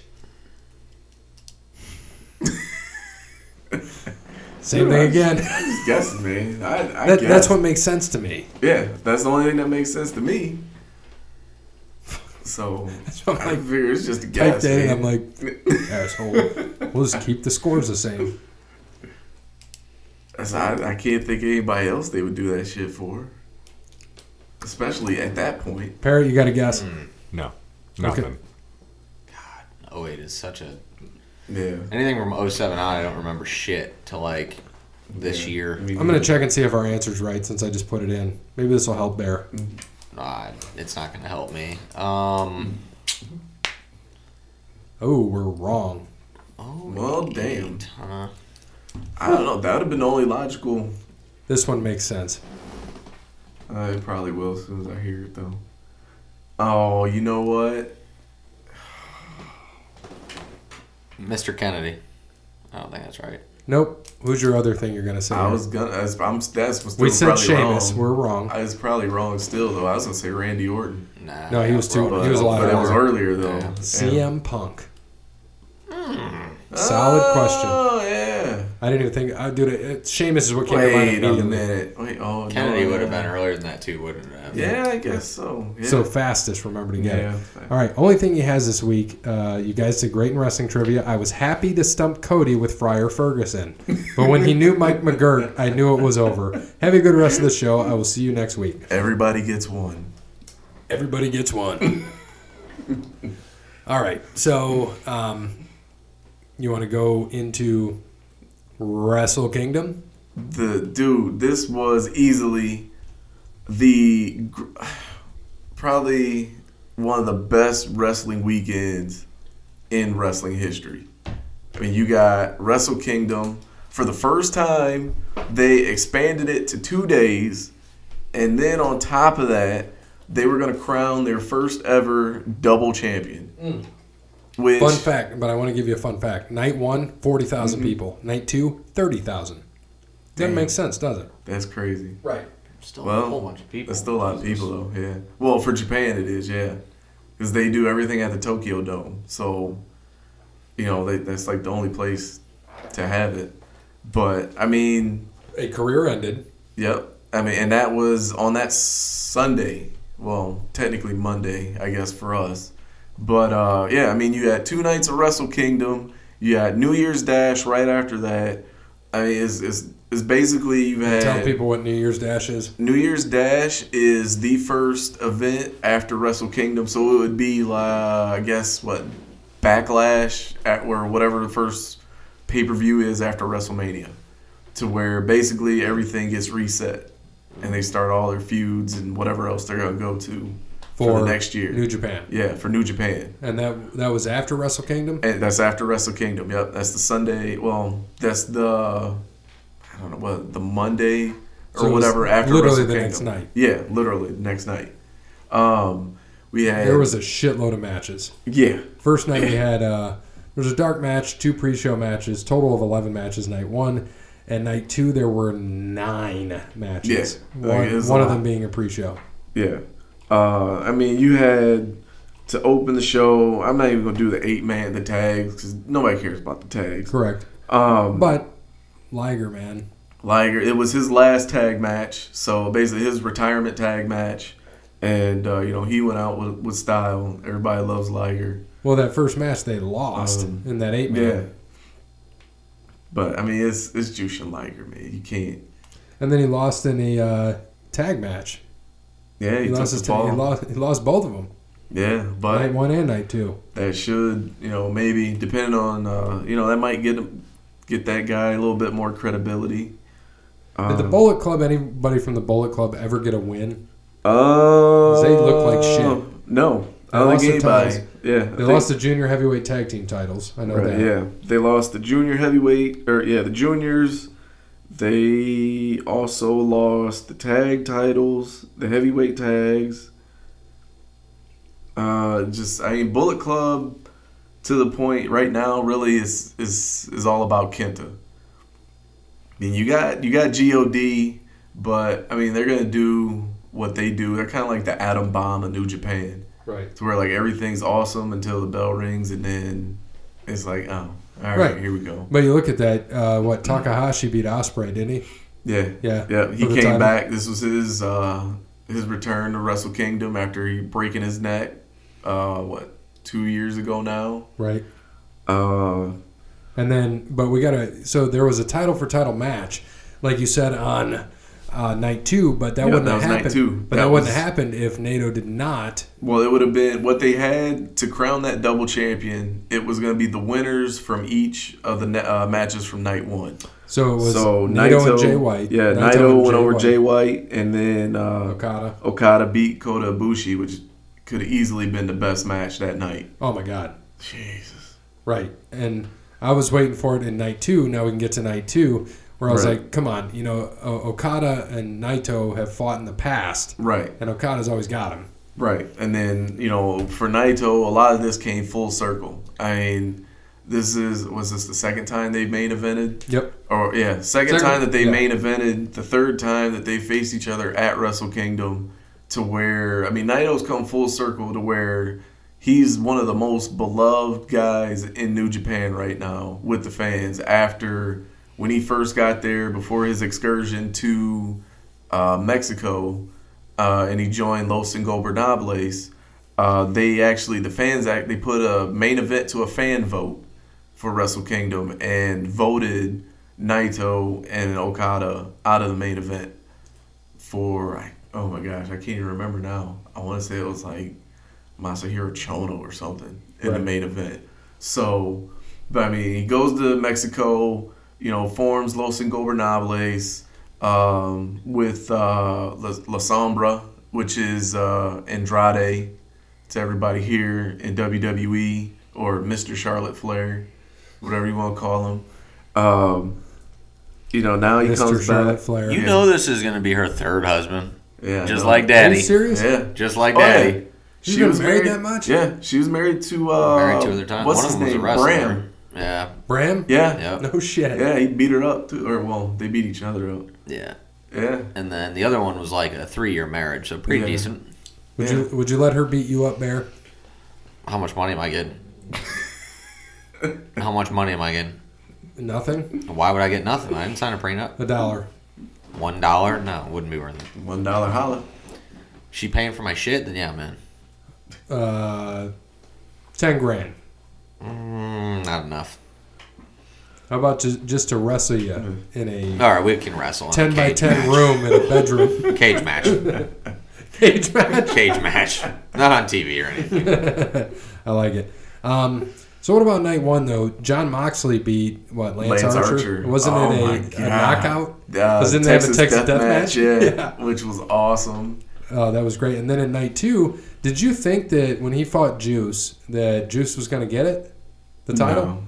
Speaker 1: same
Speaker 4: Dude, I-
Speaker 1: thing again
Speaker 4: I just guessed, man. I, I
Speaker 1: that,
Speaker 4: guess.
Speaker 1: that's what makes sense to me
Speaker 4: Yeah, that's the only thing that makes sense to me. So
Speaker 1: what I'm
Speaker 4: I
Speaker 1: like,
Speaker 4: figure it's just a
Speaker 1: typed
Speaker 4: guess.
Speaker 1: in
Speaker 4: man.
Speaker 1: i'm like asshole we'll just keep the scores the same
Speaker 4: That's- I, I can't think of anybody else they would do that shit for. Especially at that point.
Speaker 1: parrot you got to guess
Speaker 4: Mm.
Speaker 2: No, nothing.
Speaker 3: Oh wait, it's such a
Speaker 4: Yeah.
Speaker 3: anything from 07 on. I don't remember shit to like this year.
Speaker 1: i'm gonna check and see if our answer's right since i just put it in maybe this will help there
Speaker 3: Nah, it's not gonna help me. Um.
Speaker 1: oh we're wrong
Speaker 3: Oh,
Speaker 4: Well, damn.
Speaker 1: Mm.
Speaker 3: Uh,
Speaker 4: I don't know. That would have been the only logical.
Speaker 1: This one makes sense.
Speaker 4: Uh, it probably will as soon as I hear it, though. Oh, you know what?
Speaker 3: Mr. Kennedy. I don't think that's right.
Speaker 1: Nope. Who's your other thing you're gonna say?
Speaker 4: I was gonna. I was- I'm, that's was still
Speaker 1: we said
Speaker 4: probably
Speaker 1: Sheamus.
Speaker 4: wrong.
Speaker 1: We're wrong.
Speaker 4: I was probably wrong still, though. I was gonna say Randy Orton.
Speaker 3: Nah.
Speaker 1: No, he was too-
Speaker 3: wrong.
Speaker 1: he was a lot
Speaker 4: But that was
Speaker 1: older.
Speaker 4: earlier, though.
Speaker 3: Yeah.
Speaker 1: CM Punk. Solid question.
Speaker 4: Oh yeah.
Speaker 1: I didn't even think. I dude, it, it, Sheamus is what came to mind
Speaker 4: Wait a
Speaker 1: immediately.
Speaker 4: minute. Wait. Oh, no,
Speaker 3: Kennedy would have
Speaker 4: yeah.
Speaker 3: been earlier than that too, wouldn't it? have?
Speaker 4: Yeah, I guess so. Yeah.
Speaker 1: So fastest, remember to get
Speaker 4: Yeah.
Speaker 1: it. All right. Only thing he has this week. Uh, you guys did great in wrestling trivia. I was happy to stump Cody with Friar Ferguson, but when he knew Mike McGirt, I knew it was over. Have a good rest of the show. I will see you next week.
Speaker 4: everybody gets one.
Speaker 1: Everybody gets one. All right. So, um, you want to go into Wrestle Kingdom?
Speaker 4: The dude, this was easily the gr- probably one of the best wrestling weekends in wrestling history. I mean, you got Wrestle Kingdom. For the first time, they expanded it to two days. And then on top of that, they were going to crown their first ever double champion. Which,
Speaker 1: Mm. Fun fact, but I want to give you a fun fact. Night one, 40,000 people. Night two, 30,000. Doesn't
Speaker 4: Damn.
Speaker 1: make sense, does it?
Speaker 4: that's crazy.
Speaker 1: Right.
Speaker 3: Still
Speaker 4: Well,
Speaker 3: a whole bunch of people.
Speaker 4: That's still a lot of people, though. Yeah. Well, for Japan, it is. Yeah, because they do everything at the Tokyo Dome, so you know they, that's like the only place to have it. But I mean,
Speaker 1: A career ended.
Speaker 4: yep. I mean, and that was on that Sunday. Well, technically Monday, I guess for us. But uh, yeah, I mean, you had two nights of Wrestle Kingdom. You had New Year's Dash right after that. I mean, it's, it's, it's basically you've had
Speaker 1: Tell people what New Year's Dash is.
Speaker 4: New Year's Dash is the first event after Wrestle Kingdom, so it would be like I guess what Backlash at or whatever the first pay per view is after WrestleMania, to where basically everything gets reset and they start all their feuds and whatever else they're gonna go to for, the next year.
Speaker 1: New Japan.
Speaker 4: yeah, for New Japan.
Speaker 1: And that that was after Wrestle Kingdom?
Speaker 4: And Eh, that's after Wrestle Kingdom. Yep, that's the Sunday. Well, that's the I don't know what the Monday or
Speaker 1: So it was
Speaker 4: whatever after
Speaker 1: literally
Speaker 4: Wrestle
Speaker 1: the
Speaker 4: Kingdom.
Speaker 1: next night.
Speaker 4: Yeah, literally the next night. Um, we had
Speaker 1: There was a shitload of matches.
Speaker 4: yeah
Speaker 1: First night we had uh, there was a dark match, two pre-show matches, total of eleven matches. Night one and night two, there were nine matches.
Speaker 4: Yeah.
Speaker 1: One,
Speaker 4: Like, it's a
Speaker 1: one of
Speaker 4: lot.
Speaker 1: them being a pre-show.
Speaker 4: yeah. Uh, I mean, you had to open the show. I'm not even gonna do the eight man the tags because nobody cares about the tags.
Speaker 1: Correct,
Speaker 4: Um,
Speaker 1: but Liger, man,
Speaker 4: Liger. It was his last tag match, so basically his retirement tag match, and uh, you know he went out with, with style. Everybody loves Liger.
Speaker 1: well, that first match they lost
Speaker 4: Um,
Speaker 1: in that eight man,
Speaker 4: Yeah. But I mean, it's it's Jushin Liger, man. You can't.
Speaker 1: and then he lost in a uh, tag match.
Speaker 4: Yeah, he,
Speaker 1: He,
Speaker 4: took
Speaker 1: lost
Speaker 4: the
Speaker 1: his ta-
Speaker 4: fall.
Speaker 1: he lost he lost both of them,
Speaker 4: Yeah, but
Speaker 1: night one and night two.
Speaker 4: that should you know maybe depending on uh, you know that might get him get that guy a little bit more credibility.
Speaker 1: Did the
Speaker 4: Um,
Speaker 1: Bullet Club anybody from the Bullet Club ever get a win?
Speaker 4: Uh,
Speaker 1: They look like shit.
Speaker 4: No,
Speaker 1: They
Speaker 4: I don't
Speaker 1: lost
Speaker 4: think
Speaker 1: their
Speaker 4: anybody.
Speaker 1: titles.
Speaker 4: Yeah,
Speaker 1: They lost the junior heavyweight tag team titles. I know
Speaker 4: Right,
Speaker 1: that.
Speaker 4: yeah, they lost the junior heavyweight, or yeah, the juniors. They also lost the tag titles, the heavyweight tags. Uh, just I mean, Bullet Club to the point right now really is is is all about Kenta. I mean, you got you got God, but I mean they're gonna do what they do. They're kind of like the atom bomb of New Japan
Speaker 1: Right.
Speaker 4: to where like everything's awesome until the bell rings and then it's like oh all right,
Speaker 1: Right.
Speaker 4: here we go
Speaker 1: But you look at that, uh, what Takahashi beat Osprey, didn't he?
Speaker 4: yeah
Speaker 1: Yeah.
Speaker 4: yeah he
Speaker 1: For the
Speaker 4: came
Speaker 1: title.
Speaker 4: back this was his uh his return to wrestle kingdom after he breaking his neck uh what two years ago now
Speaker 1: Right.
Speaker 4: uh
Speaker 1: And then, but we got to, so there was a title for title match, like you said, on uh, night two, but that
Speaker 4: Yeah,
Speaker 1: wouldn't
Speaker 4: that
Speaker 1: have
Speaker 4: was night
Speaker 1: happened.
Speaker 4: two.
Speaker 1: But that,
Speaker 4: That
Speaker 1: wouldn't
Speaker 4: was-
Speaker 1: have happened if NATO did not.
Speaker 4: well it would have been what they had to crown that double champion it was going to be the winners from each of the ne- uh, matches from night one
Speaker 1: So it was
Speaker 4: so
Speaker 1: NATO,
Speaker 4: naito
Speaker 1: and Jay White.
Speaker 4: yeah naito,
Speaker 1: and
Speaker 4: went over jay white and then uh
Speaker 1: Okada.
Speaker 4: Okada beat Kota Ibushi, which could have easily been the best match that night.
Speaker 1: Oh my God.
Speaker 4: Jesus.
Speaker 1: Right. And I was waiting for it in night two. Now we can get to night two, where I was
Speaker 4: Right.
Speaker 1: like, come on, you know, o- Okada and Naito have fought in the past,
Speaker 4: Right,
Speaker 1: and Okada's always got him.
Speaker 4: right. And then, you know, for Naito, a lot of this came full circle. I mean, this is, was this the second time they main evented?
Speaker 1: Yep.
Speaker 4: Or, yeah,
Speaker 1: Second-
Speaker 4: second, time that they
Speaker 1: yeah.
Speaker 4: main evented, the third time that they faced each other at Wrestle Kingdom, to where, I mean, Naito's come full circle to where he's one of the most beloved guys in New Japan right now with the fans after when he first got there before his excursion to uh, Mexico uh, and he joined Los Ingobernables. Uh, they actually, the fans act, they put a main event to a fan vote for Wrestle Kingdom and voted Naito and Okada out of the main event for, I- oh my gosh, I can't even remember now. I want to say it was like Masahiro Chono or something in the
Speaker 1: Right.
Speaker 4: main event. So, but I mean, he goes to Mexico, you know, forms Los Ingobernables um, with uh, La, La Sombra which is uh, Andrade to everybody here in WWE or Mr. Charlotte Flair, whatever you want to call him. Um, you know, now he
Speaker 1: Mr.
Speaker 4: comes
Speaker 1: Charlotte
Speaker 4: back.
Speaker 1: Flair.
Speaker 3: You know this is going to be her third husband,
Speaker 4: Yeah, I
Speaker 3: just
Speaker 4: know.
Speaker 3: like
Speaker 1: Are
Speaker 3: Daddy.
Speaker 1: you serious?
Speaker 4: Yeah.
Speaker 3: Just like
Speaker 4: Oh, yeah.
Speaker 3: Daddy.
Speaker 1: She's been married that much?
Speaker 4: Yeah, she was married to uh,
Speaker 3: Married two other times.
Speaker 4: What's
Speaker 3: One
Speaker 4: his
Speaker 3: of them
Speaker 4: name?
Speaker 3: was a wrestler.
Speaker 4: Bram.
Speaker 3: Yeah.
Speaker 1: Bram?
Speaker 4: Yeah.
Speaker 3: Yep.
Speaker 1: No shit.
Speaker 4: Yeah, he beat her up too, or well, they beat each other up.
Speaker 3: Yeah.
Speaker 4: Yeah,
Speaker 3: And then the other one was like a three-year marriage, so pretty
Speaker 4: Yeah.
Speaker 3: decent.
Speaker 1: Would
Speaker 4: Yeah.
Speaker 1: you would you let her beat you up, Bear?
Speaker 3: How much money am I getting? How much money am I getting?
Speaker 1: Nothing?
Speaker 3: Why would I get nothing? I didn't sign a prenup.
Speaker 1: A dollar.
Speaker 3: One dollar? No, it wouldn't be worth it.
Speaker 4: one dollar holla.
Speaker 3: She paying for my shit? Then yeah, man.
Speaker 1: Uh ten grand.
Speaker 3: Mm, not enough.
Speaker 1: How about just, just to wrestle you in a
Speaker 3: All right, we can wrestle. in a
Speaker 1: ten by
Speaker 3: cage
Speaker 1: ten room in a bedroom
Speaker 3: match. Cage match.
Speaker 1: cage match?
Speaker 3: Cage match. Not on TV or anything.
Speaker 1: I like it. Um, so what about night one though? John Moxley beat what Lance,
Speaker 4: Lance
Speaker 1: Archer?
Speaker 4: Archer.
Speaker 1: Wasn't
Speaker 4: Oh my
Speaker 1: it a, a
Speaker 4: God.
Speaker 1: knockout?
Speaker 4: Uh,
Speaker 1: Because then they have a
Speaker 4: Texas,
Speaker 1: Texas
Speaker 4: death,
Speaker 1: death match?
Speaker 4: match, yeah,
Speaker 1: Yeah.
Speaker 4: which was awesome.
Speaker 1: Oh, that was great. And then at night two, did you think that when he fought Juice, that Juice was going to get it, the title?
Speaker 4: No,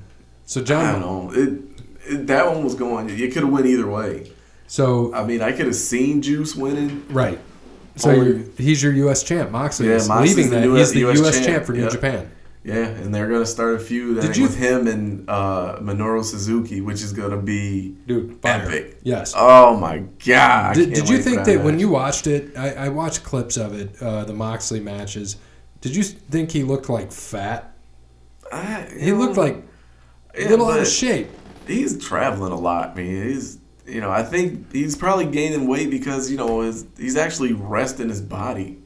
Speaker 1: So
Speaker 4: I
Speaker 1: John,
Speaker 4: don't know. It, it that one was going. It could have went either way.
Speaker 1: so
Speaker 4: I mean, I could have seen Juice winning.
Speaker 1: right. So
Speaker 4: Only-
Speaker 1: you're, he's your U.S. champ, Moxley.
Speaker 4: Yeah,
Speaker 1: is
Speaker 4: Moxley's
Speaker 1: leaving
Speaker 4: the
Speaker 1: that.
Speaker 4: new-
Speaker 1: he's the U.S.
Speaker 4: US
Speaker 1: champ,
Speaker 4: champ,
Speaker 1: for New
Speaker 4: yeah.
Speaker 1: Japan.
Speaker 4: Yeah, and they're gonna start a feud. I
Speaker 1: Did
Speaker 4: think,
Speaker 1: you-
Speaker 4: with him and uh, Minoru Suzuki, which is gonna be
Speaker 1: Dude, fire.
Speaker 4: Epic.
Speaker 1: Yes.
Speaker 4: oh my god. I
Speaker 1: did
Speaker 4: can't
Speaker 1: did you
Speaker 4: wait for
Speaker 1: think that when
Speaker 4: match.
Speaker 1: you watched it, I, I watched clips of it, uh, the Moxley matches. Did you think he looked like fat?
Speaker 4: I- you
Speaker 1: He looked
Speaker 4: know,
Speaker 1: like a
Speaker 4: yeah,
Speaker 1: little out of
Speaker 4: but-
Speaker 1: shape.
Speaker 4: he's traveling a lot, man. He's you know, I think he's probably gaining weight because you know his, he's actually resting his body.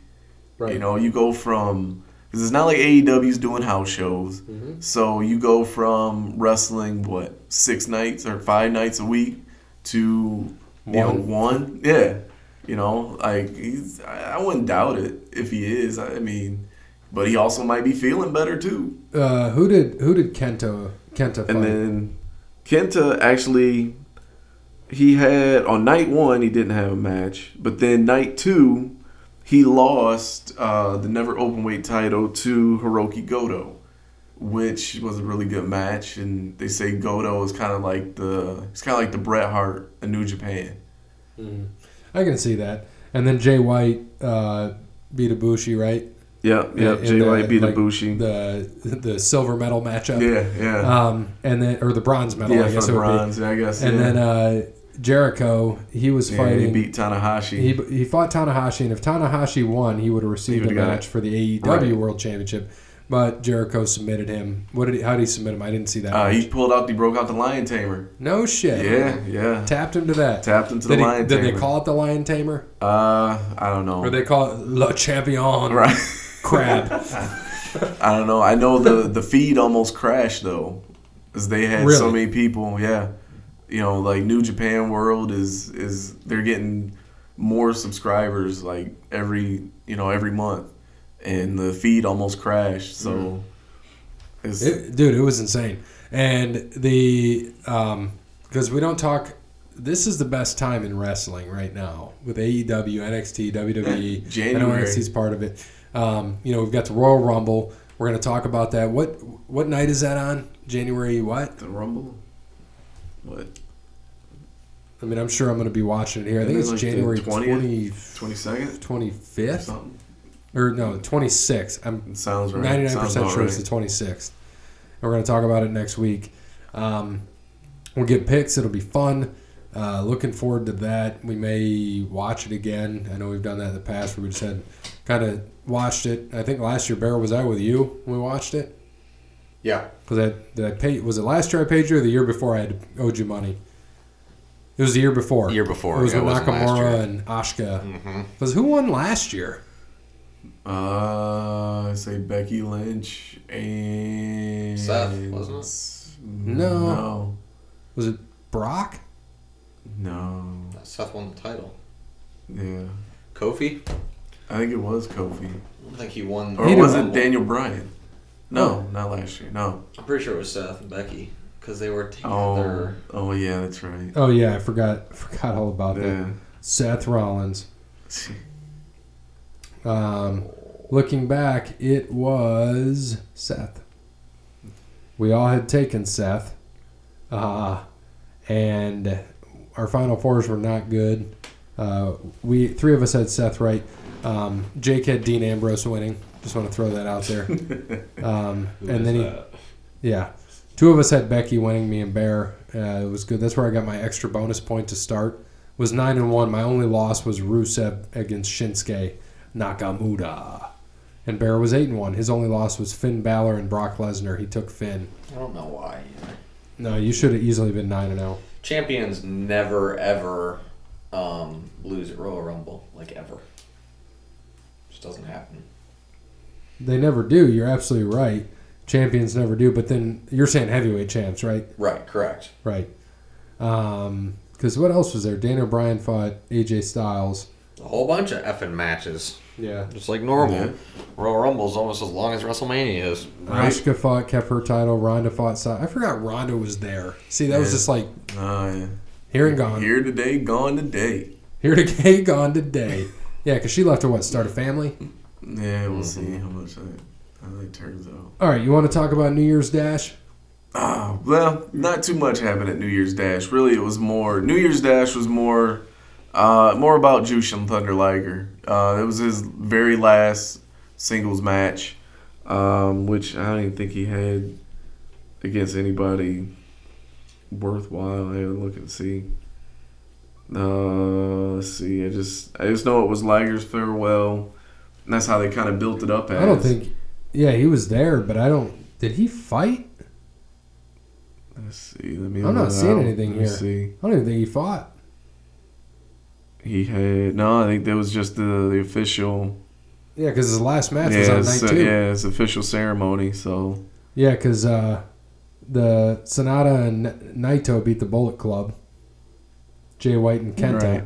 Speaker 4: You know, you go from because it's not like AEW's doing house shows, so you go from wrestling what six nights or five nights a week to you know
Speaker 1: One.
Speaker 4: one, yeah. You know, like he's I, I wouldn't doubt it if he is. I, I mean, but he also might be feeling better too.
Speaker 1: Uh, who did who did Kenta Kenta fight?
Speaker 4: And then Kenta actually he had on night one he didn't have a match, but then night two he lost uh, the never open weight title to Hiroki Goto, which was a really good match. And they say Goto is kind of like the it's kind of like the Bret Hart of New Japan.
Speaker 1: I can see that. And then Jay White uh, beat Ibushi, right?
Speaker 4: Yep, yep.
Speaker 1: In
Speaker 4: Jay
Speaker 1: the,
Speaker 4: White beat
Speaker 1: like,
Speaker 4: Ibushi.
Speaker 1: The the silver medal matchup.
Speaker 4: yeah, yeah,
Speaker 1: Um, and then or the bronze medal,
Speaker 4: yeah.
Speaker 1: I
Speaker 4: For
Speaker 1: guess
Speaker 4: the
Speaker 1: it would
Speaker 4: bronze, I guess.
Speaker 1: be. And
Speaker 4: yeah.
Speaker 1: then uh, Jericho, he was
Speaker 4: Yeah,
Speaker 1: fighting.
Speaker 4: he beat Tanahashi.
Speaker 1: he, he fought Tanahashi, and if Tanahashi won, he would have received a
Speaker 4: would've got
Speaker 1: match
Speaker 4: it.
Speaker 1: for the AEW
Speaker 4: Right.
Speaker 1: World Championship. But Jericho submitted him. What did he, how did he submit him? I didn't see that.
Speaker 4: uh,
Speaker 1: match.
Speaker 4: he pulled out. He broke out the Lion Tamer.
Speaker 1: no shit.
Speaker 4: Yeah, yeah.
Speaker 1: Tapped him to that.
Speaker 4: Tapped him to
Speaker 1: did
Speaker 4: the
Speaker 1: he-
Speaker 4: lion
Speaker 1: Did they
Speaker 4: tamer.
Speaker 1: call it the lion tamer,
Speaker 4: Uh, I don't know.
Speaker 1: or they call it Le Champion
Speaker 4: right.
Speaker 1: Crab?
Speaker 4: I don't know. I know the the feed almost crashed though, because they had so
Speaker 1: Really?
Speaker 4: many people. Yeah, you know, like New Japan World is is they're getting more subscribers like every you know every month, and the feed almost crashed. So, it's,
Speaker 1: Mm-hmm. It- dude, it was insane. And the um, because we don't talk. This is the best time in wrestling right now with E AEW, NXT, WWE. I know
Speaker 4: January.
Speaker 1: NXT's part of it. Um, you know, we've got the Royal Rumble. We're going to talk about that. What what night is that on? January what?
Speaker 4: the Rumble. What
Speaker 1: I mean, I'm sure I'm going to be watching it here. I think
Speaker 4: Isn't it
Speaker 1: it's
Speaker 4: like the
Speaker 1: January 20,
Speaker 4: 20th? twenty second
Speaker 1: 25th
Speaker 4: something?
Speaker 1: or no, 26th. I'm
Speaker 4: It sounds right.
Speaker 1: Ninety-nine
Speaker 4: Sounds
Speaker 1: percent
Speaker 4: about
Speaker 1: sure it's the
Speaker 4: right.
Speaker 1: twenty-sixth. And we're going to talk about it next week. Um, we'll get picks. It'll be fun. Uh, looking forward to that. We may watch it again. I know we've done that in the past. Where we just had kind of watched it. I think last year, Bear, was I with you when we watched it?
Speaker 3: Yeah.
Speaker 1: Because I did I pay? Was it last year I paid you, or the year before I had owed you money? It was the year before.
Speaker 3: The year before,
Speaker 1: It was
Speaker 3: yeah,
Speaker 1: with
Speaker 3: it wasn't last year. Mm-hmm.
Speaker 1: Nakamura and Ashka. Because who won last year?
Speaker 4: Uh, I say Becky Lynch and
Speaker 3: Seth, wasn't
Speaker 4: it?
Speaker 1: No. Was it Brock?
Speaker 4: no, no.
Speaker 3: Seth won the title.
Speaker 4: Yeah,
Speaker 3: Kofi?
Speaker 4: I think it was Kofi,
Speaker 3: I don't think he won.
Speaker 4: or
Speaker 1: He
Speaker 4: was
Speaker 1: didn't-
Speaker 4: it Daniel Bryan? No, not last year. No.
Speaker 3: I'm pretty sure it was Seth and Becky because they were together.
Speaker 4: Oh, oh yeah, that's right.
Speaker 1: Oh yeah, I forgot forgot all about that.
Speaker 4: Yeah.
Speaker 1: Seth Rollins. Um, looking back, it was Seth. We all had taken Seth, uh, and our final fours were not good. Uh, we three of us had Seth right. Um, Jake had Dean Ambrose winning. Just want to throw that out there. Um, and then he, yeah, two of us had Becky winning. Me and Bear. Uh, it was good. That's where I got my extra bonus point to start. Was nine and one. My only loss was Rusev against Shinsuke Nakamura. And Bear was eight and one. His only loss was Finn Balor and Brock Lesnar. He took Finn.
Speaker 3: I don't know why. either.
Speaker 1: No, you should have easily been nine and zero.
Speaker 3: Champions never ever um, lose at Royal Rumble, like ever. Just doesn't happen.
Speaker 1: They never do. You're absolutely right. Champions never do. But then you're saying heavyweight champs, right?
Speaker 3: Right, correct.
Speaker 1: Right. Because what else was there? Dana Bryan fought AJ Styles.
Speaker 3: A whole bunch of effing matches,
Speaker 1: Yeah.
Speaker 3: just like normal.
Speaker 4: Yeah.
Speaker 3: Royal Rumble's almost as long as WrestleMania is.
Speaker 4: Right.
Speaker 1: Asuka fought, kept her title. Ronda fought. Si- I forgot Ronda was there. See, that was
Speaker 4: Yeah.
Speaker 1: just like
Speaker 4: Uh,
Speaker 1: here and gone.
Speaker 4: here today, gone today.
Speaker 1: Here to gay, gone today. Yeah, because she left to what? Start a family?
Speaker 4: Yeah,
Speaker 3: Mm-hmm.
Speaker 4: we'll see how much that, how that turns out.
Speaker 1: All right, you want to talk about New Year's Dash?
Speaker 4: Ah, well, not too much happened at New Year's Dash. Really, it was more New Year's Dash was more, uh, more about Jushin Thunder Liger. Uh, it was his very last singles match, um, which I don't even think he had against anybody worthwhile. I had to look and see. Uh, let's see. I just I just know it was Liger's farewell. And that's how they kind of built it up. As.
Speaker 1: I don't think. Yeah, he was there, but I don't. Did he fight?
Speaker 4: Let's see. Let me.
Speaker 1: I'm not
Speaker 4: look it
Speaker 1: seeing
Speaker 4: out.
Speaker 1: anything
Speaker 4: Let me
Speaker 1: here.
Speaker 4: See.
Speaker 1: I don't even think he fought.
Speaker 4: He had no. I think that was just the, the official.
Speaker 1: Yeah, because his last match was
Speaker 4: Yeah,
Speaker 1: on night
Speaker 4: it's,
Speaker 1: two.
Speaker 4: yeah, it's official ceremony. So
Speaker 1: Yeah, because uh, the Sonata and Naito beat the Bullet Club. Jay White and Kenta.
Speaker 4: Right.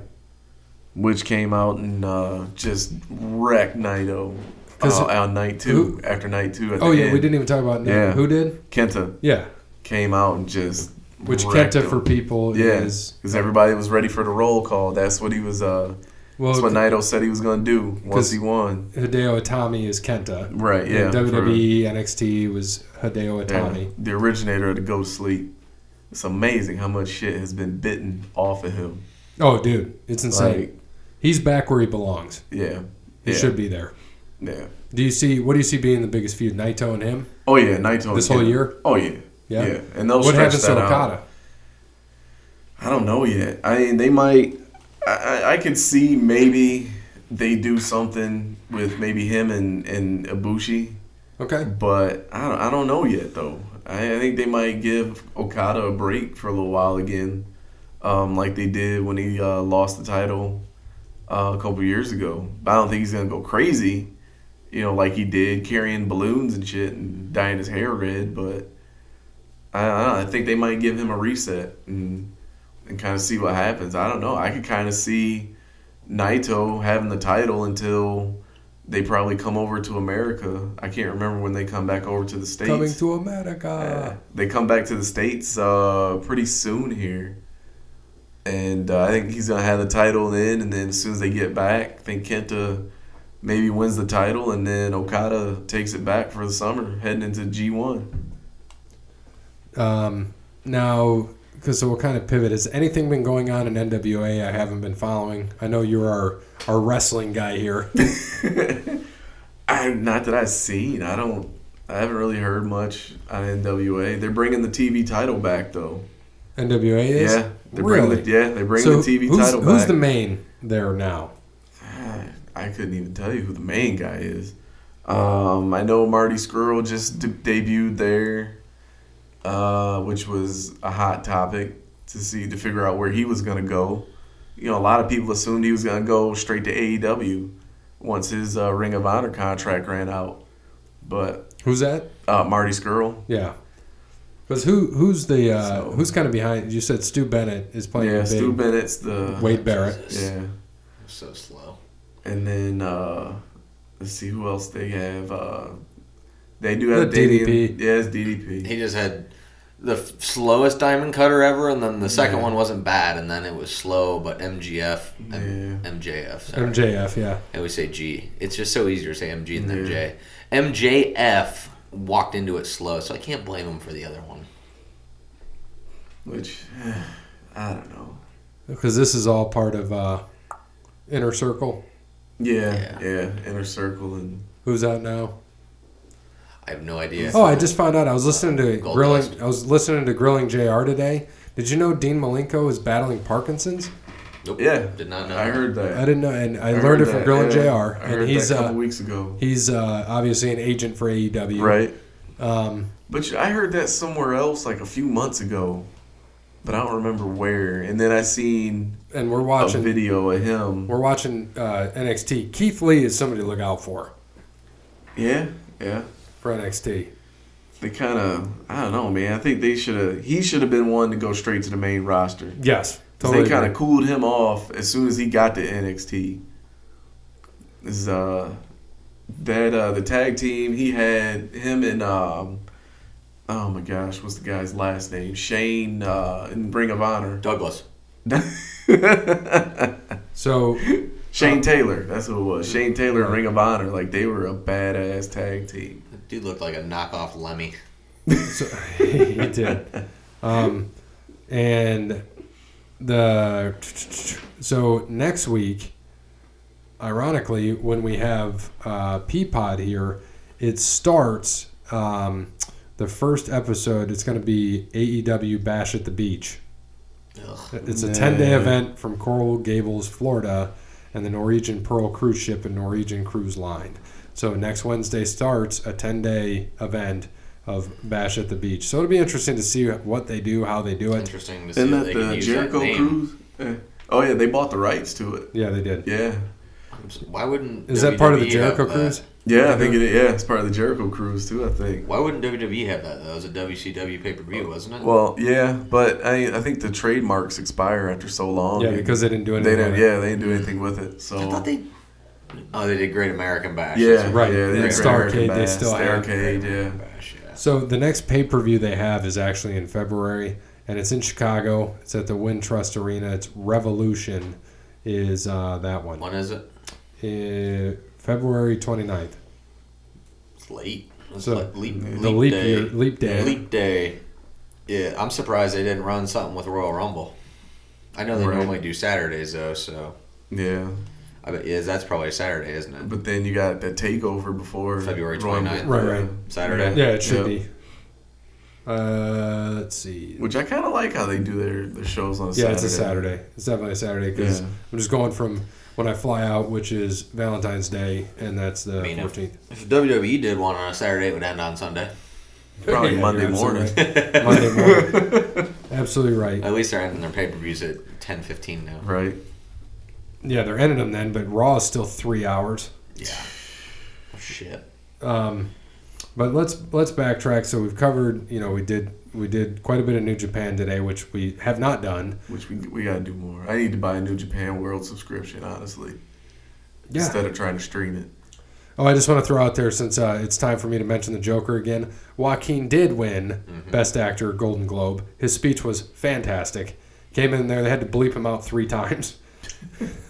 Speaker 4: which came out and uh, just wrecked Naito
Speaker 1: 'Cause
Speaker 4: uh, on night two
Speaker 1: who-
Speaker 4: after night two. At
Speaker 1: Oh
Speaker 4: the
Speaker 1: yeah,
Speaker 4: end.
Speaker 1: we didn't even talk about Naito.
Speaker 4: Yeah.
Speaker 1: who did.
Speaker 4: Kenta
Speaker 1: Yeah,
Speaker 4: came out and just
Speaker 1: which
Speaker 4: wrecked
Speaker 1: Kenta
Speaker 4: him.
Speaker 1: for people
Speaker 4: yeah,
Speaker 1: is
Speaker 4: because everybody was ready for the roll call. That's what he was. Uh,
Speaker 1: well
Speaker 4: that's what Naito said he was gonna do once
Speaker 1: 'Cause-
Speaker 4: he won.
Speaker 1: Hideo Itami is Kenta.
Speaker 4: Right. Yeah.
Speaker 1: And E WWE NXT was Hideo
Speaker 4: for- yeah,
Speaker 1: Itami.
Speaker 4: the originator of the Go to Sleep. It's amazing how much shit has been bitten off of him.
Speaker 1: Oh dude, it's insane.
Speaker 4: Like,
Speaker 1: He's back where he belongs.
Speaker 4: yeah.
Speaker 1: He
Speaker 4: yeah.
Speaker 1: should be there.
Speaker 4: Yeah.
Speaker 1: Do you see what do you see being the biggest feud? Naito and him
Speaker 4: Oh yeah, Naito.
Speaker 1: this
Speaker 4: and
Speaker 1: whole
Speaker 4: Kenta.
Speaker 1: year.
Speaker 4: Oh yeah.
Speaker 1: Yeah.
Speaker 4: Yeah. And they'll
Speaker 1: what
Speaker 4: stretch
Speaker 1: happens to
Speaker 4: that out.
Speaker 1: Okada?
Speaker 4: I don't know yet. I mean, they might. I, I, I could see maybe they do something with maybe him and and Ibushi,
Speaker 1: Okay.
Speaker 4: but I don't, I don't know yet though. I, I think they might give Okada a break for a little while again, um, like they did when he uh, lost the title uh, a couple years ago. But I don't think he's gonna go crazy, you know, like he did carrying balloons and shit and dyeing his hair red. But I, I don't know, I think they might give him a reset and and kind of see what happens. I don't know. I could kind of see Naito having the title until they probably come over to America. I can't remember when they come back over to the states.
Speaker 1: Coming to
Speaker 4: Uh,
Speaker 1: America.
Speaker 4: they come back to the states uh, pretty soon here, and uh, I think he's gonna have the title then. And then as soon as they get back, I think Kenta maybe wins the title, and then Okada takes it back for the summer, heading into G one.
Speaker 1: Um, now, because so we'll kind of pivot. Has anything been going on in NWA? I haven't been following. I know you're our, our wrestling guy here.
Speaker 4: I not that I've seen. I don't. I haven't really heard much on NWA. They're bringing the TV title back though.
Speaker 1: NWA is
Speaker 4: Yeah, they're
Speaker 1: really
Speaker 4: bringing the, yeah they're bringing
Speaker 1: So
Speaker 4: the TV
Speaker 1: who's,
Speaker 4: title
Speaker 1: who's
Speaker 4: back.
Speaker 1: the main there now?
Speaker 4: I couldn't even tell you who the main guy is. Um, I know Marty Skrull just d- debuted there, uh, which was a hot topic to see to figure out where he was gonna go. You know, a lot of people assumed he was gonna go straight to AEW once his uh, Ring of Honor contract ran out, but
Speaker 1: Who's that?
Speaker 4: uh, Marty Skrull,
Speaker 1: Yeah. Because who who's the uh,
Speaker 4: So-
Speaker 1: who's kind of behind? You said Stu Bennett is playing.
Speaker 4: yeah,
Speaker 1: the big,
Speaker 4: Stu Bennett's the
Speaker 1: Wade Barrett.
Speaker 4: yeah,
Speaker 3: So slow.
Speaker 4: and then uh, let's see who else they have. Uh, they do
Speaker 1: The
Speaker 4: have
Speaker 1: DDP.
Speaker 4: Damian- Yeah, it's DDP.
Speaker 3: He just had the f- slowest diamond cutter ever, and then the second one wasn't bad, and then it was slow, but MGF, M- MJF, sorry.
Speaker 1: MJF, yeah.
Speaker 3: I always say G. It's just so easier to say MG than MJ. MJF walked into it slow, so I can't blame him for the other one.
Speaker 4: Which eh, I don't know.
Speaker 1: Because this is all part of uh, Inner Circle.
Speaker 4: Yeah, yeah, Inner circle and
Speaker 1: Who's out now?
Speaker 3: I have no idea.
Speaker 1: Oh, I just found out. I was listening to
Speaker 3: Gold
Speaker 1: grilling.
Speaker 3: Dust.
Speaker 1: I was listening to grilling Jr. today. Did you know Dean Malenko is battling Parkinson's?
Speaker 3: Nope,
Speaker 4: yeah.
Speaker 3: did not know.
Speaker 4: I heard that.
Speaker 1: I didn't know, and I, learned it from grilling
Speaker 4: JR.
Speaker 1: Jr.
Speaker 4: I heard
Speaker 1: And he's
Speaker 4: that a couple
Speaker 1: uh,
Speaker 4: weeks ago.
Speaker 1: he's uh, obviously an agent for AEW.
Speaker 4: Right.
Speaker 1: Um,
Speaker 4: But I heard that somewhere else like a few months ago, but I don't remember where. And then I seen
Speaker 1: and we're
Speaker 4: a
Speaker 1: watching.
Speaker 4: video of him.
Speaker 1: We're watching uh, NXT. Keith Lee is somebody to look out for
Speaker 4: Yeah, yeah.
Speaker 1: for NXT.
Speaker 4: They kind of, I don't know, man. I think they should have. He should have been one to go straight to the main roster.
Speaker 1: Yes,
Speaker 4: 'Cause
Speaker 1: totally.
Speaker 4: they kind
Speaker 1: agree.
Speaker 4: of cooled him off as soon as he got to NXT. This Is uh that uh the tag team he had him and um oh my gosh what's the guy's last name Shane uh in Ring of Honor
Speaker 3: Douglas.
Speaker 1: So
Speaker 4: Shane Taylor that's who it was Shane Taylor and Ring of Honor like they were a badass tag team
Speaker 3: Dude looked like a knockoff Lemmy.
Speaker 1: So, he did. Um, and the so next week, ironically, when we have uh, Peapod here, it starts um, the first episode. It's going to be AEW Bash at the Beach.
Speaker 3: Ugh.
Speaker 1: It's a
Speaker 4: Nah.
Speaker 1: ten day event from Coral Gables, Florida, and the Norwegian Pearl cruise ship and Norwegian Cruise Line. So next Wednesday starts a ten day event of Bash at the Beach. So it'll be interesting to see what they do, how they do it.
Speaker 3: Interesting to see
Speaker 4: isn't
Speaker 3: that
Speaker 4: that
Speaker 3: they can
Speaker 4: the
Speaker 3: use
Speaker 4: Jericho
Speaker 3: that name.
Speaker 4: Cruise Eh. oh yeah they bought the rights to it
Speaker 1: Yeah, they did.
Speaker 4: yeah
Speaker 3: I'm s- Why wouldn't
Speaker 1: Is that part of the
Speaker 3: WWE have
Speaker 1: Jericho
Speaker 3: that?
Speaker 1: Cruise?
Speaker 4: yeah I think it yeah it's part of the Jericho Cruise too I think
Speaker 3: Why wouldn't WWE have that? though? It was a WCW pay per view, wasn't it?
Speaker 4: Well, yeah, but I I think the trademarks expire after so long.
Speaker 1: Yeah, because they didn't do
Speaker 4: they
Speaker 1: anything.
Speaker 4: didn't.
Speaker 1: with it.
Speaker 4: Yeah, they didn't do anything with it. So
Speaker 3: I thought they. Oh, they did Great American Bash.
Speaker 4: yeah,
Speaker 1: Right.
Speaker 4: Yeah,
Speaker 1: Like
Speaker 4: did
Speaker 1: Starrcade,
Speaker 4: American
Speaker 1: they
Speaker 4: Bass,
Speaker 1: still have.
Speaker 4: Starrcade,
Speaker 3: American
Speaker 4: yeah.
Speaker 3: Bash, yeah.
Speaker 1: So the next pay per view they have is actually in February, and it's in Chicago. It's at the Wintrust Arena. It's Revolution, is uh, that one?
Speaker 3: When is it?
Speaker 1: Uh, February 29th.
Speaker 3: It's late. It's
Speaker 1: So,
Speaker 3: like leap, leap,
Speaker 1: the leap
Speaker 3: day.
Speaker 1: year, leap day.
Speaker 3: Leap day. Yeah, I'm surprised they didn't run something with Royal Rumble. I know they
Speaker 4: Right.
Speaker 3: normally do Saturdays though, so
Speaker 4: Yeah,
Speaker 3: I bet yeah, that's probably a Saturday, isn't it?
Speaker 4: but then you got the takeover before
Speaker 3: February
Speaker 4: Royal
Speaker 3: 29th.
Speaker 1: Right,
Speaker 4: Rumble,
Speaker 1: right.
Speaker 3: Saturday.
Speaker 1: Yeah, it should
Speaker 4: Yeah.
Speaker 1: be. Uh, let's see.
Speaker 4: Which I kind of like how they do their, their shows on a
Speaker 1: yeah,
Speaker 4: Saturday.
Speaker 1: it's a Saturday. It's definitely a Saturday because
Speaker 4: Yeah.
Speaker 1: I'm just going from when I fly out, which is Valentine's Day, and that's the
Speaker 3: I mean, if,
Speaker 1: 14th.
Speaker 3: if WWE did one on a Saturday, it would end on Sunday.
Speaker 4: Probably
Speaker 1: you're
Speaker 4: Monday
Speaker 1: absolutely
Speaker 4: morning.
Speaker 1: right. Monday morning. absolutely right.
Speaker 3: At least they're ending their pay per views at ten fifteen now.
Speaker 4: Right.
Speaker 1: Yeah, they're ending them then, but Raw is still three hours.
Speaker 3: Yeah. Oh, Shit.
Speaker 1: Um, but let's let's backtrack. So we've covered, you know, we did we did quite a bit of New Japan today, which we have not done.
Speaker 4: Which we we gotta do more. I need to buy a New Japan World subscription, honestly,
Speaker 1: Yeah,
Speaker 4: instead of trying to stream it.
Speaker 1: Oh, I just want to throw out there since uh, it's time for me to mention the Joker again. Joaquin did win
Speaker 3: Mm-hmm.
Speaker 1: Best Actor Golden Globe. His speech was fantastic. Came in there, they had to bleep him out three times.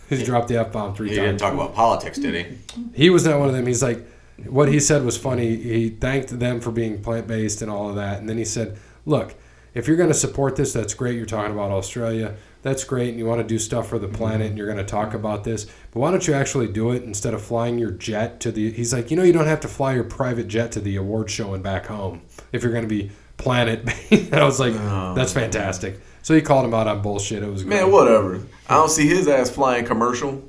Speaker 1: he dropped the F bomb three
Speaker 3: He didn't
Speaker 1: times.
Speaker 3: talk about politics, did he?
Speaker 1: He was not one of them. He's like, what he said was funny. He thanked them for being plant based and all of that. And then he said, look, if you're going to support this, that's great. You're talking about Australia. That's great. And you want to do stuff for the planet and you're going to talk about this. But why don't you actually do it instead of flying your jet to the. He's like, you know, you don't have to fly your private jet to the award show and back home if you're going to be planet based. I was like,
Speaker 4: Oh.
Speaker 1: that's fantastic. So he called him out on bullshit. It was great.
Speaker 4: Man, whatever. I don't see his ass flying commercial.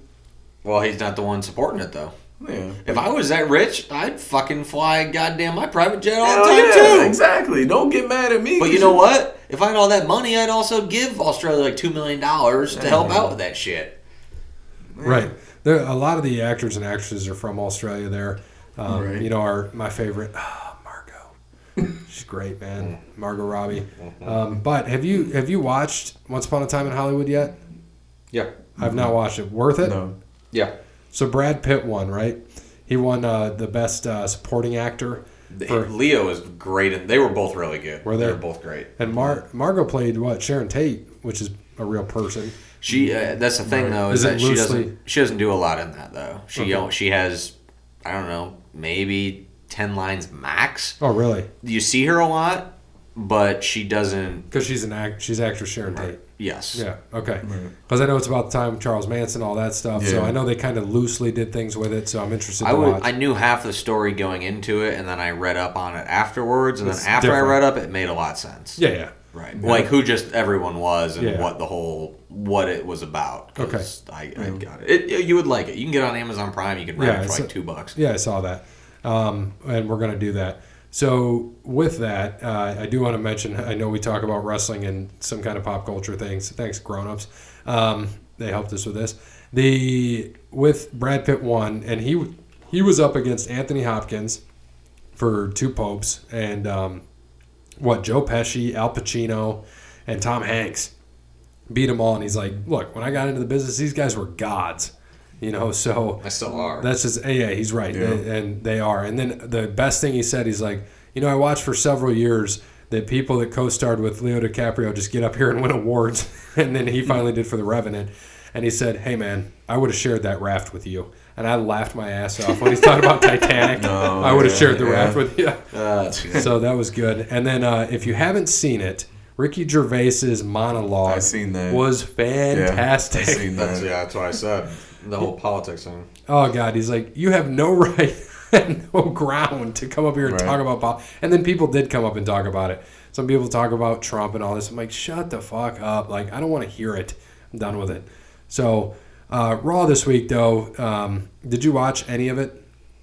Speaker 3: Well, he's not the one supporting it though.
Speaker 4: Yeah.
Speaker 3: If I was that rich, I'd fucking fly goddamn my private jet all the
Speaker 4: Hell
Speaker 3: time
Speaker 4: yeah,
Speaker 3: too.
Speaker 4: Exactly. Don't get mad at me.
Speaker 3: But
Speaker 4: 'cause
Speaker 3: you know what? If I had all that money, I'd also give Australia like two million dollars to help out with that shit.
Speaker 4: Mm.
Speaker 1: Right. There, a lot of the actors and actresses are from Australia. There, um,
Speaker 4: Right.
Speaker 1: you know, our my favorite, ah, Margot. She's great, man, Margot Robbie. Um, but have you have you watched Once Upon a Time in Hollywood yet?
Speaker 3: Yeah,
Speaker 1: I've not watched it. Worth it?
Speaker 4: No.
Speaker 3: yeah.
Speaker 1: So Brad Pitt won, right? He won uh, the best uh, supporting actor, For-
Speaker 3: Leo is great, and they were both really good.
Speaker 1: Were they?
Speaker 3: they? were both great.
Speaker 1: And Mar- Margot played what Sharon Tate, which is a real person.
Speaker 3: She uh, that's the thing though is,
Speaker 1: Is it
Speaker 3: that she
Speaker 1: loosely-
Speaker 3: doesn't she doesn't do a lot in that though. She
Speaker 1: Okay.
Speaker 3: don't- she has I don't know maybe ten lines max.
Speaker 1: Oh, really?
Speaker 3: You see her a lot, but she doesn't.
Speaker 1: Because she's an act. She's actress Sharon Tate.
Speaker 3: Yes.
Speaker 1: Yeah. Okay. Because I know it's about the time of Charles Manson, all that stuff. So
Speaker 4: Yeah.
Speaker 1: I know they kind of loosely did things with it. So I'm interested
Speaker 3: I
Speaker 1: to
Speaker 3: would,
Speaker 1: watch.
Speaker 3: I knew half the story going into it, and then I read up on it afterwards, and
Speaker 1: It's
Speaker 3: then after
Speaker 1: different.
Speaker 3: I read up, it made a lot of sense.
Speaker 1: yeah. Yeah.
Speaker 3: Right. Like who just everyone was and
Speaker 1: Yeah.
Speaker 3: what the whole what it was about. 'cause I, I got it. It- You would like it. You can get it on Amazon Prime. You can rent
Speaker 1: Yeah,
Speaker 3: it
Speaker 1: it's
Speaker 3: for like
Speaker 1: a-
Speaker 3: two bucks.
Speaker 1: Yeah, I saw that. Um, and we're going to do that. So, with that, uh, I do want to mention I know we talk about wrestling and some kind of pop culture things. Thanks, grown ups. Um, they helped us with this. The With Brad Pitt won, and he, he was up against Anthony Hopkins for two popes, and um, what, Joe Pesci, Al Pacino, and Tom Hanks beat them all. And he's like, Look, when I got into the business, these guys were gods. You know, so
Speaker 3: I still are.
Speaker 1: that's just yeah, he's right,
Speaker 4: Yeah.
Speaker 1: and they are. And then the best thing he said, he's like, you know, I watched for several years that people that co-starred with Leo DiCaprio just get up here and win awards, and then he finally did for The Revenant, and he said, hey man, I would have shared that raft with you, and I laughed my ass off when he's talking about Titanic.
Speaker 4: Oh,
Speaker 1: I would have
Speaker 4: yeah,
Speaker 1: shared the
Speaker 4: yeah.
Speaker 1: raft with you.
Speaker 3: Uh, that's good.
Speaker 1: So that was good. And then uh, if you haven't seen it, Ricky Gervais's monologue
Speaker 4: I've seen that.
Speaker 1: was
Speaker 4: I've
Speaker 1: fantastic.
Speaker 4: seen
Speaker 3: That's,
Speaker 4: that.
Speaker 3: yeah, that's what I said. The whole politics thing.
Speaker 1: Oh God, he's like, you have no right and no ground to come up here and
Speaker 4: Right.
Speaker 1: talk about pol-" And then people did come up and talk about it. Some people talk about Trump and all this. I'm like, shut the fuck up. Like, I don't want to hear it. I'm done with it. So, uh, Raw this week though, um, did you watch any of it?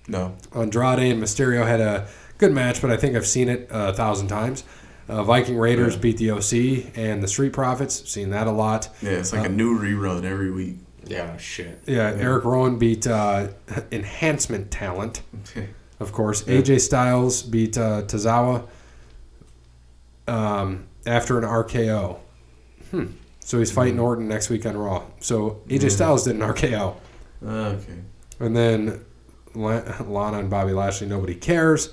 Speaker 4: No.
Speaker 1: Andrade and Mysterio had a good match, but I think I've seen it uh, a thousand times. Uh, Viking Raiders beat the OC and the Street Profits. Seen that a lot.
Speaker 4: Yeah, it's like a
Speaker 1: Uh,
Speaker 4: new rerun every week.
Speaker 3: Yeah, Oh, shit.
Speaker 1: Yeah, Eric Rowan beat uh, Enhancement Talent. of course. AJ Styles beat uh, Tozawa um, after an RKO. Hmm. So he's fighting Orton next week on Raw. So AJ Styles did an RKO.
Speaker 4: Okay.
Speaker 1: And then La- Lana and Bobby Lashley, nobody cares.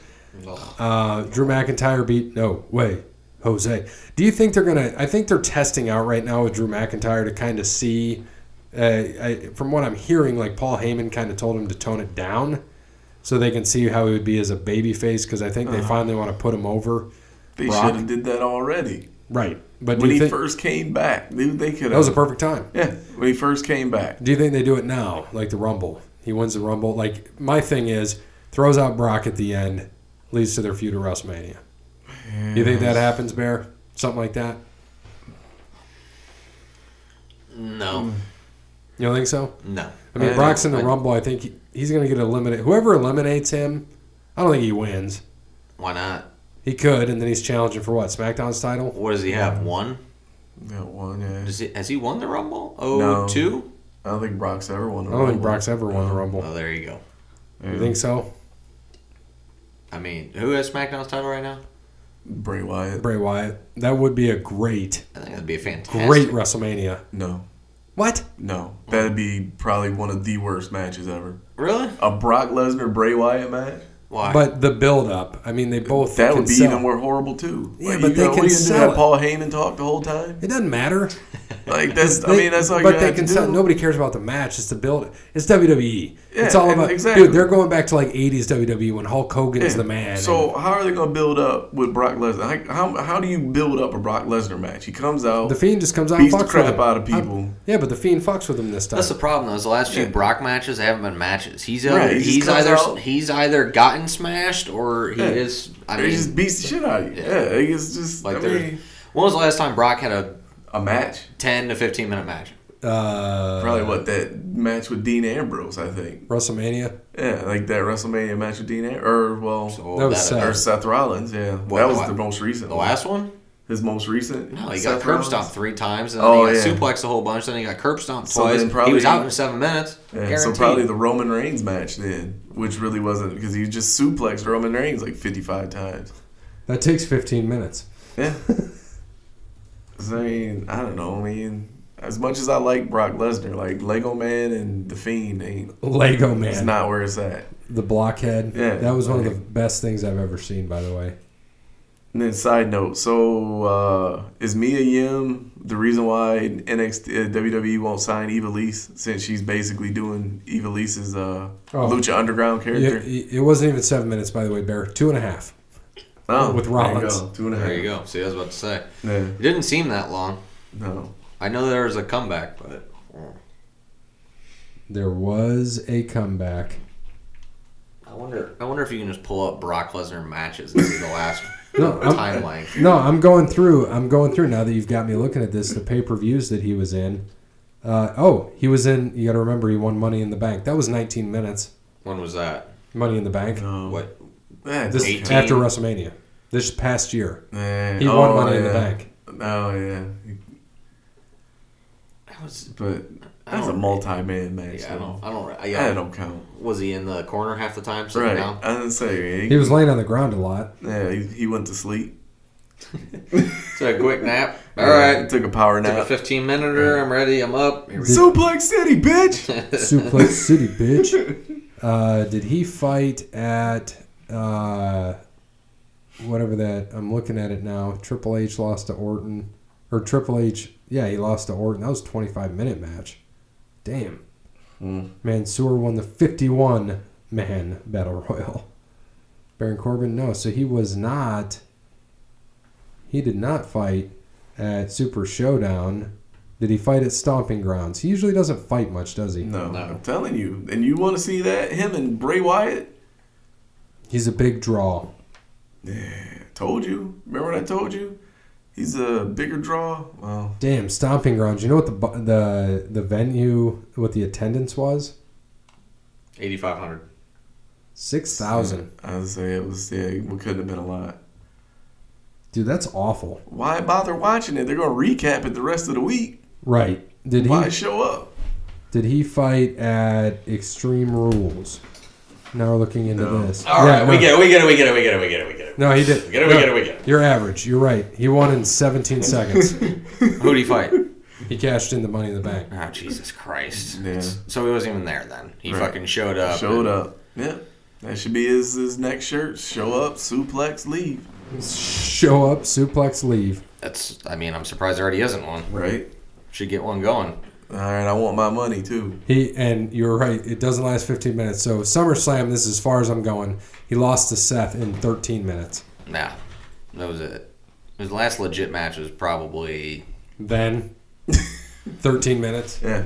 Speaker 3: Ugh.
Speaker 1: Uh, Drew McIntyre beat No Way Jose. Do you think they're gonna? I think they're testing out right now with Drew McIntyre to kind of see. Uh, I, from what I'm hearing, like Paul Heyman kind of told him to tone it down, so they can see how he would be as a babyface. Because I think they finally want to put him over.
Speaker 4: They
Speaker 1: Brock.
Speaker 4: should have did that already.
Speaker 1: Right, but do
Speaker 4: When
Speaker 1: you
Speaker 4: he
Speaker 1: think
Speaker 4: first came back, they, they could
Speaker 1: that was a
Speaker 4: have.
Speaker 1: perfect time?
Speaker 4: Yeah, when he first came back.
Speaker 1: Do you think they do it now, like the Rumble? He wins the Rumble. Like my thing is, throws out Brock at the end, leads to their feud at WrestleMania. You think that happens, Bear? Something like that?
Speaker 3: No,
Speaker 1: You don't think so?
Speaker 3: Mm. no.
Speaker 1: I mean,
Speaker 4: I
Speaker 1: Brock's in the
Speaker 3: I-
Speaker 1: Rumble. I think he, he's going to get eliminated. Whoever eliminates him, I don't think he wins.
Speaker 3: Why not?
Speaker 1: He could, and then he's challenging for what? SmackDown's title?
Speaker 3: What does he have? One?
Speaker 4: That one, yeah.
Speaker 3: Does he, has he won the Rumble?
Speaker 4: No.
Speaker 3: Oh, two?
Speaker 4: I don't think Brock's ever won.
Speaker 1: I don't think Brock's e ever won the Rumble.
Speaker 3: Oh, there you go.
Speaker 1: You think so?
Speaker 3: I mean, who has SmackDown's title right now?
Speaker 4: Bray Wyatt.
Speaker 1: Bray Wyatt. That would be a great,
Speaker 3: I think that'd be a fantastic.
Speaker 1: great WrestleMania.
Speaker 4: No,
Speaker 1: What?
Speaker 4: no, that'd be probably one of the worst matches ever.
Speaker 3: Really?
Speaker 4: A Brock Lesnar Bray Wyatt match.
Speaker 3: Why?
Speaker 1: But the build up. I mean, they both.
Speaker 4: That
Speaker 1: can
Speaker 4: would be
Speaker 1: sell.
Speaker 4: even more horrible too.
Speaker 1: Yeah, but they
Speaker 4: you
Speaker 1: can
Speaker 4: gonna- what are you gonna do,
Speaker 1: sell
Speaker 4: have
Speaker 1: it.
Speaker 4: Paul Heyman talk the whole time.
Speaker 1: It doesn't matter.
Speaker 4: Like that's. I
Speaker 1: They-
Speaker 4: mean, that's all.
Speaker 1: But
Speaker 4: you
Speaker 1: they
Speaker 4: have
Speaker 1: can
Speaker 4: to
Speaker 1: sell.
Speaker 4: do.
Speaker 1: Nobody cares about the match. It's the build. It's WWE. it's
Speaker 4: Yeah,
Speaker 1: all about.
Speaker 4: exactly.
Speaker 1: Dude, they're going back to like '80s WWE E when Hulk Hogan is
Speaker 4: Yeah.
Speaker 1: the man.
Speaker 4: So how are they going to build up with Brock Lesnar? How, how, how do you build up a Brock Lesnar match? He comes out,
Speaker 1: and the Fiend just comes out. and
Speaker 4: beats the
Speaker 1: fucks
Speaker 4: crap
Speaker 1: with him.
Speaker 4: out of
Speaker 1: I'm-
Speaker 4: people.
Speaker 1: Yeah, but the Fiend fucks with him this time.
Speaker 3: That's the problem. Those last few
Speaker 4: Yeah.
Speaker 3: Brock matches haven't been matches. He's either
Speaker 4: Right, he just
Speaker 3: he's
Speaker 4: comes
Speaker 3: either
Speaker 4: out-
Speaker 3: he's either gotten smashed or he
Speaker 4: Yeah.
Speaker 3: is. I
Speaker 4: he
Speaker 3: mean,
Speaker 4: just beats the shit out of you. Yeah,
Speaker 3: Yeah.
Speaker 4: like, it's just
Speaker 3: like
Speaker 4: I
Speaker 3: they're.
Speaker 4: mean,
Speaker 3: when was the last time Brock had a
Speaker 4: a match.
Speaker 3: ten to fifteen minute match?
Speaker 1: uh,
Speaker 4: Probably what that match with Dean Ambrose, I think.
Speaker 1: WrestleMania.
Speaker 4: Yeah, like that WrestleMania match with Dean Ambrose, or well,
Speaker 3: So
Speaker 1: That was sad.
Speaker 4: or Seth Rollins. Yeah,
Speaker 3: What,
Speaker 4: that was
Speaker 3: the
Speaker 4: the
Speaker 3: la-
Speaker 4: most recent.
Speaker 3: The
Speaker 4: one.
Speaker 3: last one?
Speaker 4: His most recent.
Speaker 3: No, he
Speaker 4: Seth
Speaker 3: got curb
Speaker 4: Rollins?
Speaker 3: stomped three times, and then
Speaker 4: Oh,
Speaker 3: he got
Speaker 4: yeah.
Speaker 3: suplexed a whole bunch. Then he got curb stomped
Speaker 4: So
Speaker 3: twice.
Speaker 4: then probably-
Speaker 3: he was out in seven minutes.
Speaker 4: Yeah, so
Speaker 3: guaranteed.
Speaker 4: probably the Roman Reigns match then, which really wasn't because he just suplexed Roman Reigns like fifty-five times.
Speaker 1: That takes 15 minutes.
Speaker 4: Yeah. 'Cause, I mean, I don't know. I mean, as much as I like Brock Lesnar, like Lego Man and The Fiend ain't
Speaker 1: Lego
Speaker 4: it's
Speaker 1: Man.
Speaker 4: not where it's at.
Speaker 1: the blockhead.
Speaker 4: Yeah,
Speaker 1: that was one of
Speaker 4: like-
Speaker 1: the best things I've ever seen. By the way,
Speaker 4: And then side note, so uh, is Mia Yim the reason why NXT uh, WWE won't sign Eva Lise since she's basically doing Eva Lise's uh,
Speaker 1: Oh.
Speaker 4: Lucha Underground character?
Speaker 1: it, it- it wasn't even seven minutes. By the way, Bear, two and a half.
Speaker 4: oh,
Speaker 1: with
Speaker 4: there you go.
Speaker 1: Rollins.
Speaker 4: two and a half.
Speaker 3: There you go. See, I was about to say.
Speaker 4: Yeah,
Speaker 3: It didn't seem that long.
Speaker 4: no,
Speaker 3: I know there was a comeback, but hmm.
Speaker 1: There was a comeback.
Speaker 3: I wonder. I wonder if you can just pull up Brock Lesnar matches and see the last
Speaker 1: No, I'm-
Speaker 3: timeline.
Speaker 1: No, I'm going through. I'm going through now that you've got me looking at this. The pay per views that he was in. Uh, oh, he was in. You got to remember, he won Money in the Bank. That was 19 minutes.
Speaker 3: When was that?
Speaker 1: Money in the Bank.
Speaker 4: no.
Speaker 3: What?
Speaker 4: That's
Speaker 1: This
Speaker 3: 18.
Speaker 1: after WrestleMania. This past year,
Speaker 4: Man.
Speaker 1: he won
Speaker 4: Oh,
Speaker 1: Money in the
Speaker 4: yeah.
Speaker 1: Bank.
Speaker 4: Oh yeah,
Speaker 3: That was.
Speaker 4: but
Speaker 3: I
Speaker 4: that's a
Speaker 3: don't-
Speaker 4: multi-man match.
Speaker 3: Yeah, I
Speaker 4: so
Speaker 3: don't. I don't. I,
Speaker 4: that
Speaker 3: yeah,
Speaker 4: don't count.
Speaker 3: Was he in the corner half the time? Sitting
Speaker 4: Right.
Speaker 3: down?
Speaker 4: I didn't say. yeah,
Speaker 1: He was laying on the ground a lot.
Speaker 4: He, yeah, he, he went to sleep.
Speaker 3: Took a quick nap. All right.
Speaker 4: Took a power
Speaker 3: Took a
Speaker 4: nap.
Speaker 3: 15 minuter. I'm ready. I'm up. Here we go.
Speaker 4: Suplex City, bitch.
Speaker 1: Suplex City, bitch. Uh, did he fight at uh, whatever that? I'm looking at it now. Triple H lost to Orton, or Triple H? Yeah, he lost to Orton. That was a 25 minute match. Damn.
Speaker 4: Mm.
Speaker 1: Mansoor won the 51 man battle royal. Baron Corbin, no. So he was not. He did not fight at Super Showdown. Did he fight at Stomping Grounds? He usually doesn't fight much, does he?
Speaker 4: No,
Speaker 3: No.
Speaker 4: I'm telling you. And you want to see that him and Bray Wyatt?
Speaker 1: He's a big draw.
Speaker 4: Told you. Remember what I told you? He's a bigger draw. Well,
Speaker 1: Damn, stomping grounds. You know what the bu- the the venue, what the attendance was?
Speaker 3: 8,500.
Speaker 1: Six thousand.
Speaker 4: I would say it was yeah, it couldn't have been a lot.
Speaker 1: Dude, that's awful.
Speaker 4: Why bother watching it? They're gonna recap it the rest of the week.
Speaker 1: Right? Did
Speaker 4: Why
Speaker 1: he
Speaker 4: show up?
Speaker 1: did he fight at Extreme Rules? Now we're looking into
Speaker 4: No.
Speaker 1: this.
Speaker 3: All right.
Speaker 1: Yeah,
Speaker 3: We
Speaker 1: no.
Speaker 3: get it. We get it. We get it. We get it. We get it. We get it.
Speaker 1: No, he did.
Speaker 3: We get it. We get it. We get
Speaker 1: You're average. You're right. He won in 17 seconds.
Speaker 3: it. Who'd he fight?
Speaker 1: He cashed in the money in the bank.
Speaker 3: Oh Jesus Christ!
Speaker 4: Yeah.
Speaker 3: So he wasn't even there then. He
Speaker 4: Right.
Speaker 3: fucking showed up.
Speaker 4: Showed
Speaker 3: and-
Speaker 4: up. Yeah. That should be his, his next shirt. Show up, suplex, leave.
Speaker 1: Show up, suplex, leave.
Speaker 3: That's. I mean, I'm surprised there already isn't one.
Speaker 4: Right?
Speaker 3: Should get one going.
Speaker 4: All right, I want my money too.
Speaker 1: He and you're right. It doesn't last 15 minutes. So SummerSlam, this is as far as I'm going. He lost to Seth in 13 minutes.
Speaker 3: Nah, that was it. His last legit match was probably.
Speaker 1: Then 13 minutes.
Speaker 4: Yeah.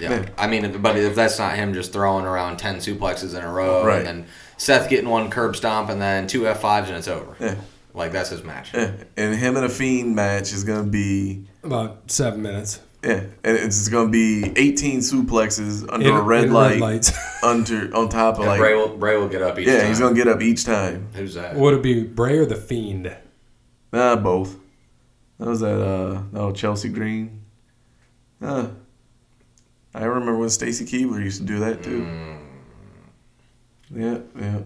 Speaker 3: Yeah,
Speaker 4: Yeah.
Speaker 3: I mean, if- but if that's not him just throwing around ten suplexes in a row,
Speaker 4: Right.
Speaker 3: and then Seth getting one curb stomp, and then two F fives, and it's over.
Speaker 4: Yeah.
Speaker 3: Like that's his match.
Speaker 4: Yeah. And him and a fiend match is gonna be
Speaker 1: About seven minutes.
Speaker 4: yeah, and it's gonna be 18 suplexes under
Speaker 1: In-
Speaker 4: a red
Speaker 1: in
Speaker 4: light,
Speaker 1: lights.
Speaker 4: under on top of
Speaker 3: And
Speaker 4: like
Speaker 3: Bray will Bray will get up each
Speaker 4: yeah,
Speaker 3: time.
Speaker 4: he's gonna get up each time.
Speaker 3: Who's that?
Speaker 1: Would it be Bray or the Fiend?
Speaker 4: Nah, both. That was at uh no Chelsea Green. Huh. I remember when Stacy Keebler used to do that too.
Speaker 3: Mm.
Speaker 4: Yeah, yeah,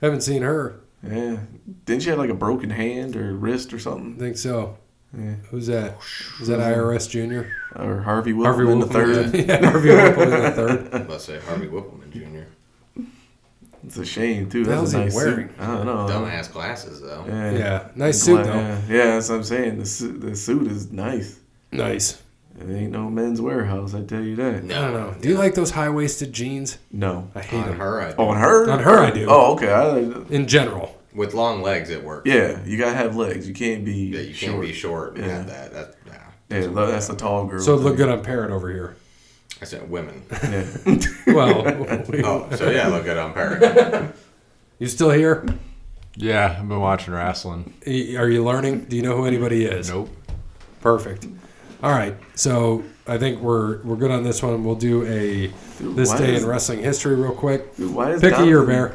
Speaker 1: Haven't seen her.
Speaker 4: yeah. Didn't she have like a broken hand or wrist or something?
Speaker 1: think so.
Speaker 4: Yeah.
Speaker 1: Who's that? Is that IRS Junior?
Speaker 4: Or Harvey Wilson in Oh, the third.
Speaker 1: yeah, Harvey Whippleman in the third.
Speaker 3: Let's say Harvey Whippleman Jr.
Speaker 4: It's a shame too.
Speaker 1: The
Speaker 4: That's a
Speaker 1: hell's
Speaker 4: nice
Speaker 1: he
Speaker 4: suit.
Speaker 1: wearing?
Speaker 4: I don't know.
Speaker 3: Dumbass glasses though.
Speaker 4: Uh-huh. Yeah.
Speaker 1: Yeah, nice suit
Speaker 4: Gla-
Speaker 1: though.
Speaker 4: Yeah, yeah, that's what I'm saying. The suit, the suit is nice.
Speaker 1: Nice.
Speaker 4: It ain't no men's warehouse, I tell you that.
Speaker 1: I don't know. Do you like those high waisted jeans?
Speaker 4: No.
Speaker 1: I hate
Speaker 3: On
Speaker 1: them.
Speaker 3: her, I do.
Speaker 4: Oh, on her?
Speaker 1: On her, I do.
Speaker 4: Oh, okay. I,
Speaker 1: In general,
Speaker 3: with long legs, it works.
Speaker 4: yeah, you gotta have legs. You can't be.
Speaker 3: Yeah, you can't
Speaker 4: short.
Speaker 3: be short. and
Speaker 4: Yeah.
Speaker 3: have that that. Nah.
Speaker 4: Yeah, lo- that's a tall girl.
Speaker 1: so it look
Speaker 4: thing.
Speaker 1: good on Parrot over here.
Speaker 3: I said women.
Speaker 4: Yeah.
Speaker 1: Well, we-
Speaker 3: Oh, so yeah, look good on Perry.
Speaker 1: you still here?
Speaker 2: Yeah, I've been watching wrestling.
Speaker 1: Y- Are you learning? Do you know who anybody is?
Speaker 2: Nope.
Speaker 1: Perfect. All right. So I think we're we're good on this one. We'll do a this
Speaker 4: why
Speaker 1: day
Speaker 4: is-
Speaker 1: in wrestling history real quick.
Speaker 4: Dude, why is
Speaker 1: Pick a year,
Speaker 4: Donovan-
Speaker 1: Bear.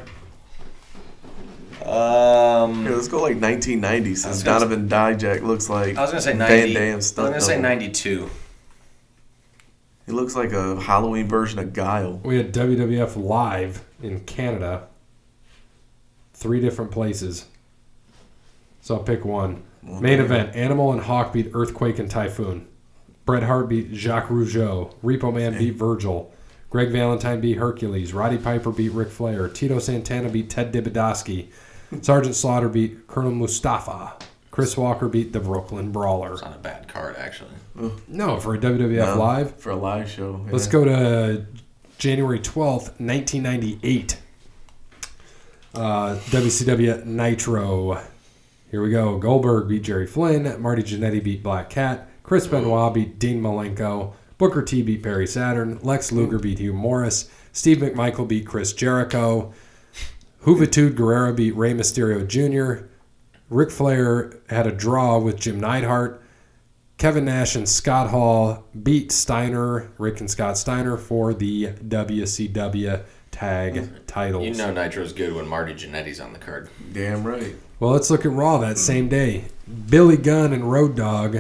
Speaker 4: Here,
Speaker 3: Um,
Speaker 4: let's go like 1990 since
Speaker 3: was gonna
Speaker 4: Donovan Dijak looks like
Speaker 3: I was gonna say
Speaker 4: Van
Speaker 3: ninety. I
Speaker 4: Damme
Speaker 3: was
Speaker 4: stunt
Speaker 3: gonna say
Speaker 4: double.
Speaker 3: ninety-two.
Speaker 4: He looks like a Halloween version of Guile.
Speaker 1: We had WWF live in Canada. Three different places. So I'll pick one. Main event: Animal and Hawk beat Earthquake and Typhoon. Bret Hart beat Jacques Rougeau. Repo Man beat Virgil. Greg Valentine beat Hercules. Roddy Piper beat Ric Flair. Tito Santana beat Ted DiBiase. Sergeant Slaughter beat Colonel Mustafa. Chris Walker beat the Brooklyn Brawler.
Speaker 3: It's not a bad card, actually.
Speaker 1: No, for a WWF
Speaker 4: No,
Speaker 1: Live.
Speaker 4: for a live show.
Speaker 1: Let's
Speaker 4: yeah.
Speaker 1: go to January 12th, 1998. Uh, WCW Nitro. Here we go. Goldberg beat Jerry Flynn. Marty Jannetty beat Black Cat. Chris Benoit beat Dean Malenko. Booker T beat Perry Saturn. Lex Luger beat Hugh Morris. Steve McMichael beat Chris Jericho. Juventud Guerrera beat Rey Mysterio Jr. Ric Flair had a draw with Jim Neidhart. Kevin Nash and Scott Hall beat Steiner, Rick and Scott Steiner, for the WCW tag titles.
Speaker 3: You know Nitro's good when Marty Jannetty's on the card.
Speaker 4: Damn right.
Speaker 1: Well, let's look at Raw that same day. Billy Gunn and Road Dogg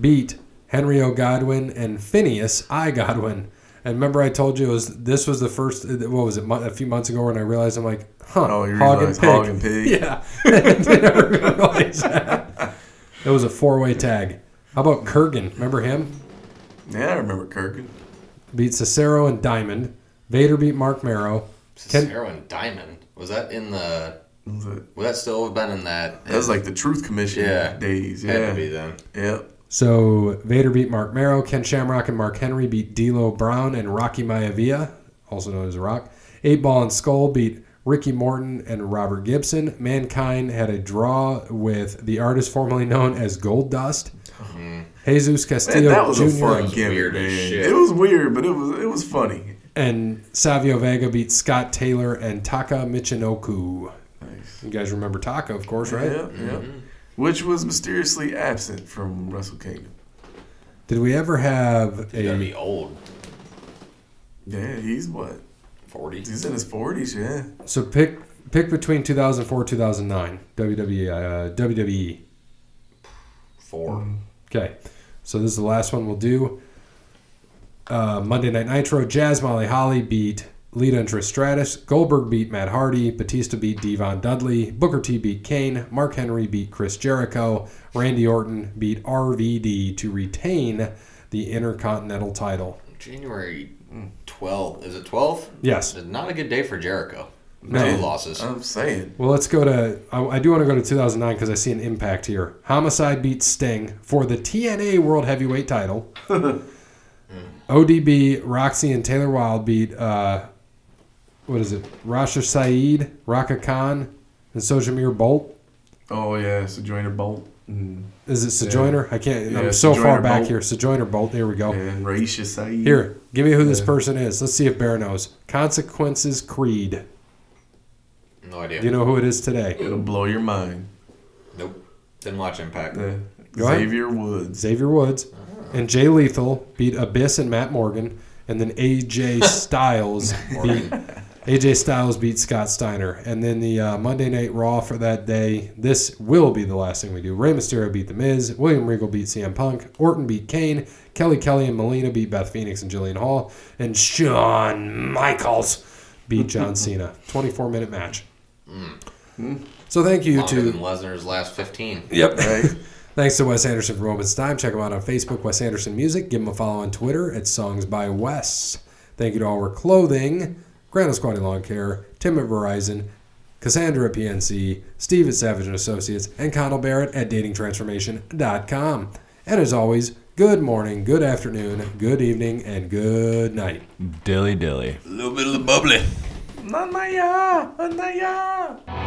Speaker 1: beat Henry O. Godwin and Phineas I. Godwin. And remember, I told you it was this was the first. What was it? mo- A few months ago, when I realized I'm like, huh,
Speaker 4: Oh, you
Speaker 1: hog, and
Speaker 4: realize
Speaker 1: pig.
Speaker 4: hog and pig.
Speaker 1: Yeah, I never realized that. It was a four-way tag. How about Kurgan? Remember him?
Speaker 4: Yeah, I remember Kirkin.
Speaker 1: Beat Cesaro and Diamond. Vader beat Mark Marrow. Ken-
Speaker 3: Cesaro and Diamond. Was that in the.
Speaker 4: Was it-
Speaker 3: Would that still have been in that?
Speaker 4: That was like the Truth Commission
Speaker 3: Yeah.
Speaker 4: days.
Speaker 3: Had to
Speaker 4: Yeah.
Speaker 3: be then.
Speaker 4: Yep.
Speaker 1: So Vader beat Mark Marrow, Ken Shamrock and Mark Henry beat D'Lo Brown and Rocky Maivia, also known as Rock. Eight Ball and Skull beat Ricky Morton and Robert Gibson. Mankind had a draw with the artist formerly known as Gold Dust. Jesus
Speaker 4: And
Speaker 1: Castillo
Speaker 4: Mm-hmm. that was
Speaker 1: Jr.
Speaker 4: a fun
Speaker 3: was
Speaker 4: gimmick,
Speaker 3: weird as
Speaker 4: man.
Speaker 3: shit.
Speaker 4: It was weird, but it was it was funny.
Speaker 1: and Savio Vega beat Scott Taylor and Taka Michinoku.
Speaker 4: Nice.
Speaker 1: You guys remember Taka, of course, right?
Speaker 4: Yep, yep.
Speaker 3: Mm-hmm.
Speaker 4: Which was mysteriously absent from Wrestle Kingdom.
Speaker 1: Did we ever have
Speaker 3: He's gotta
Speaker 1: a
Speaker 3: be old.
Speaker 4: Yeah, he's what?
Speaker 3: 40.
Speaker 4: He's in his forties. Yeah.
Speaker 1: So pick pick between 2004 2009 WWE uh, WWE.
Speaker 3: 4.
Speaker 1: Mm. Okay, so this is the last one we'll do. Uh, Monday Night Nitro: Jazz Molly Holly beat Lita and Trish Stratus. Goldberg beat Matt Hardy. Batista beat Devon Dudley. Booker T beat Kane. Mark Henry beat Chris Jericho. Randy Orton beat RVD to retain the Intercontinental title.
Speaker 3: January 12. Is it 12?
Speaker 1: Yes.
Speaker 3: It's Not a good day for Jericho.
Speaker 1: No. Oh.
Speaker 3: Two losses.
Speaker 4: I'm saying.
Speaker 1: Well, let's go to. I, I do want to go to 2009 because I see an impact here. Homicide beats Sting for the TNA World Heavyweight title. ODB, Roxy, and Taylor Wilde beat, uh, what is it? Rasha Saeed, Raka Khan, and Sojamir Bolt.
Speaker 4: Oh yeah, so Joyner Bolt and,
Speaker 1: Is it Sojourner? I can't.
Speaker 4: Yeah,
Speaker 1: I'm so far
Speaker 4: Sojourner
Speaker 1: back
Speaker 4: Bolt.
Speaker 1: here. Sojourner Bolt. Here we go.
Speaker 4: and Raisha Saeed.
Speaker 1: Oh. Here, give me who this person is. Let's see if Bear knows. Consequences Creed.
Speaker 3: No idea.
Speaker 1: Do you know who it is today?
Speaker 4: It'll blow your mind.
Speaker 3: Nope. Didn't watch Impact.
Speaker 4: Yeah.
Speaker 1: Go ahead.
Speaker 4: Xavier Woods.
Speaker 1: Xavier Woods and Jay Lethal beat Abyss and Matt Morgan, and then AJ Styles beat AJ Styles beat Scott Steiner, and then the uh, Monday Night Raw for that day. This will be the last thing we do. Rey Mysterio beat The Miz, William Regal beat CM Punk, Orton beat Kane, Kelly Kelly and Melina beat Beth Phoenix and Jillian Hall, and Shawn Michaels beat John Cena. Twenty-four minute match. So thank you
Speaker 3: Hmm. Longer
Speaker 1: to
Speaker 3: than Lesnar's last 15.
Speaker 1: Yep.
Speaker 4: Right.
Speaker 1: Thanks to Wes Anderson for Moments Time. Check him out on Facebook, Wes Anderson Music. Give him a follow on Twitter at Songs by Wes. Thank you to All Wear Clothing, Granite Squatty Lawn Care, Tim at Verizon, Cassandra at PNC, Steve at Savage and Associates, and Connell Barrett at datingtransformation.com. And as always, good morning, good afternoon, good evening, and good night.
Speaker 2: Dilly dilly.
Speaker 3: A little bit of the bubbly.
Speaker 4: Anaya, Anaya.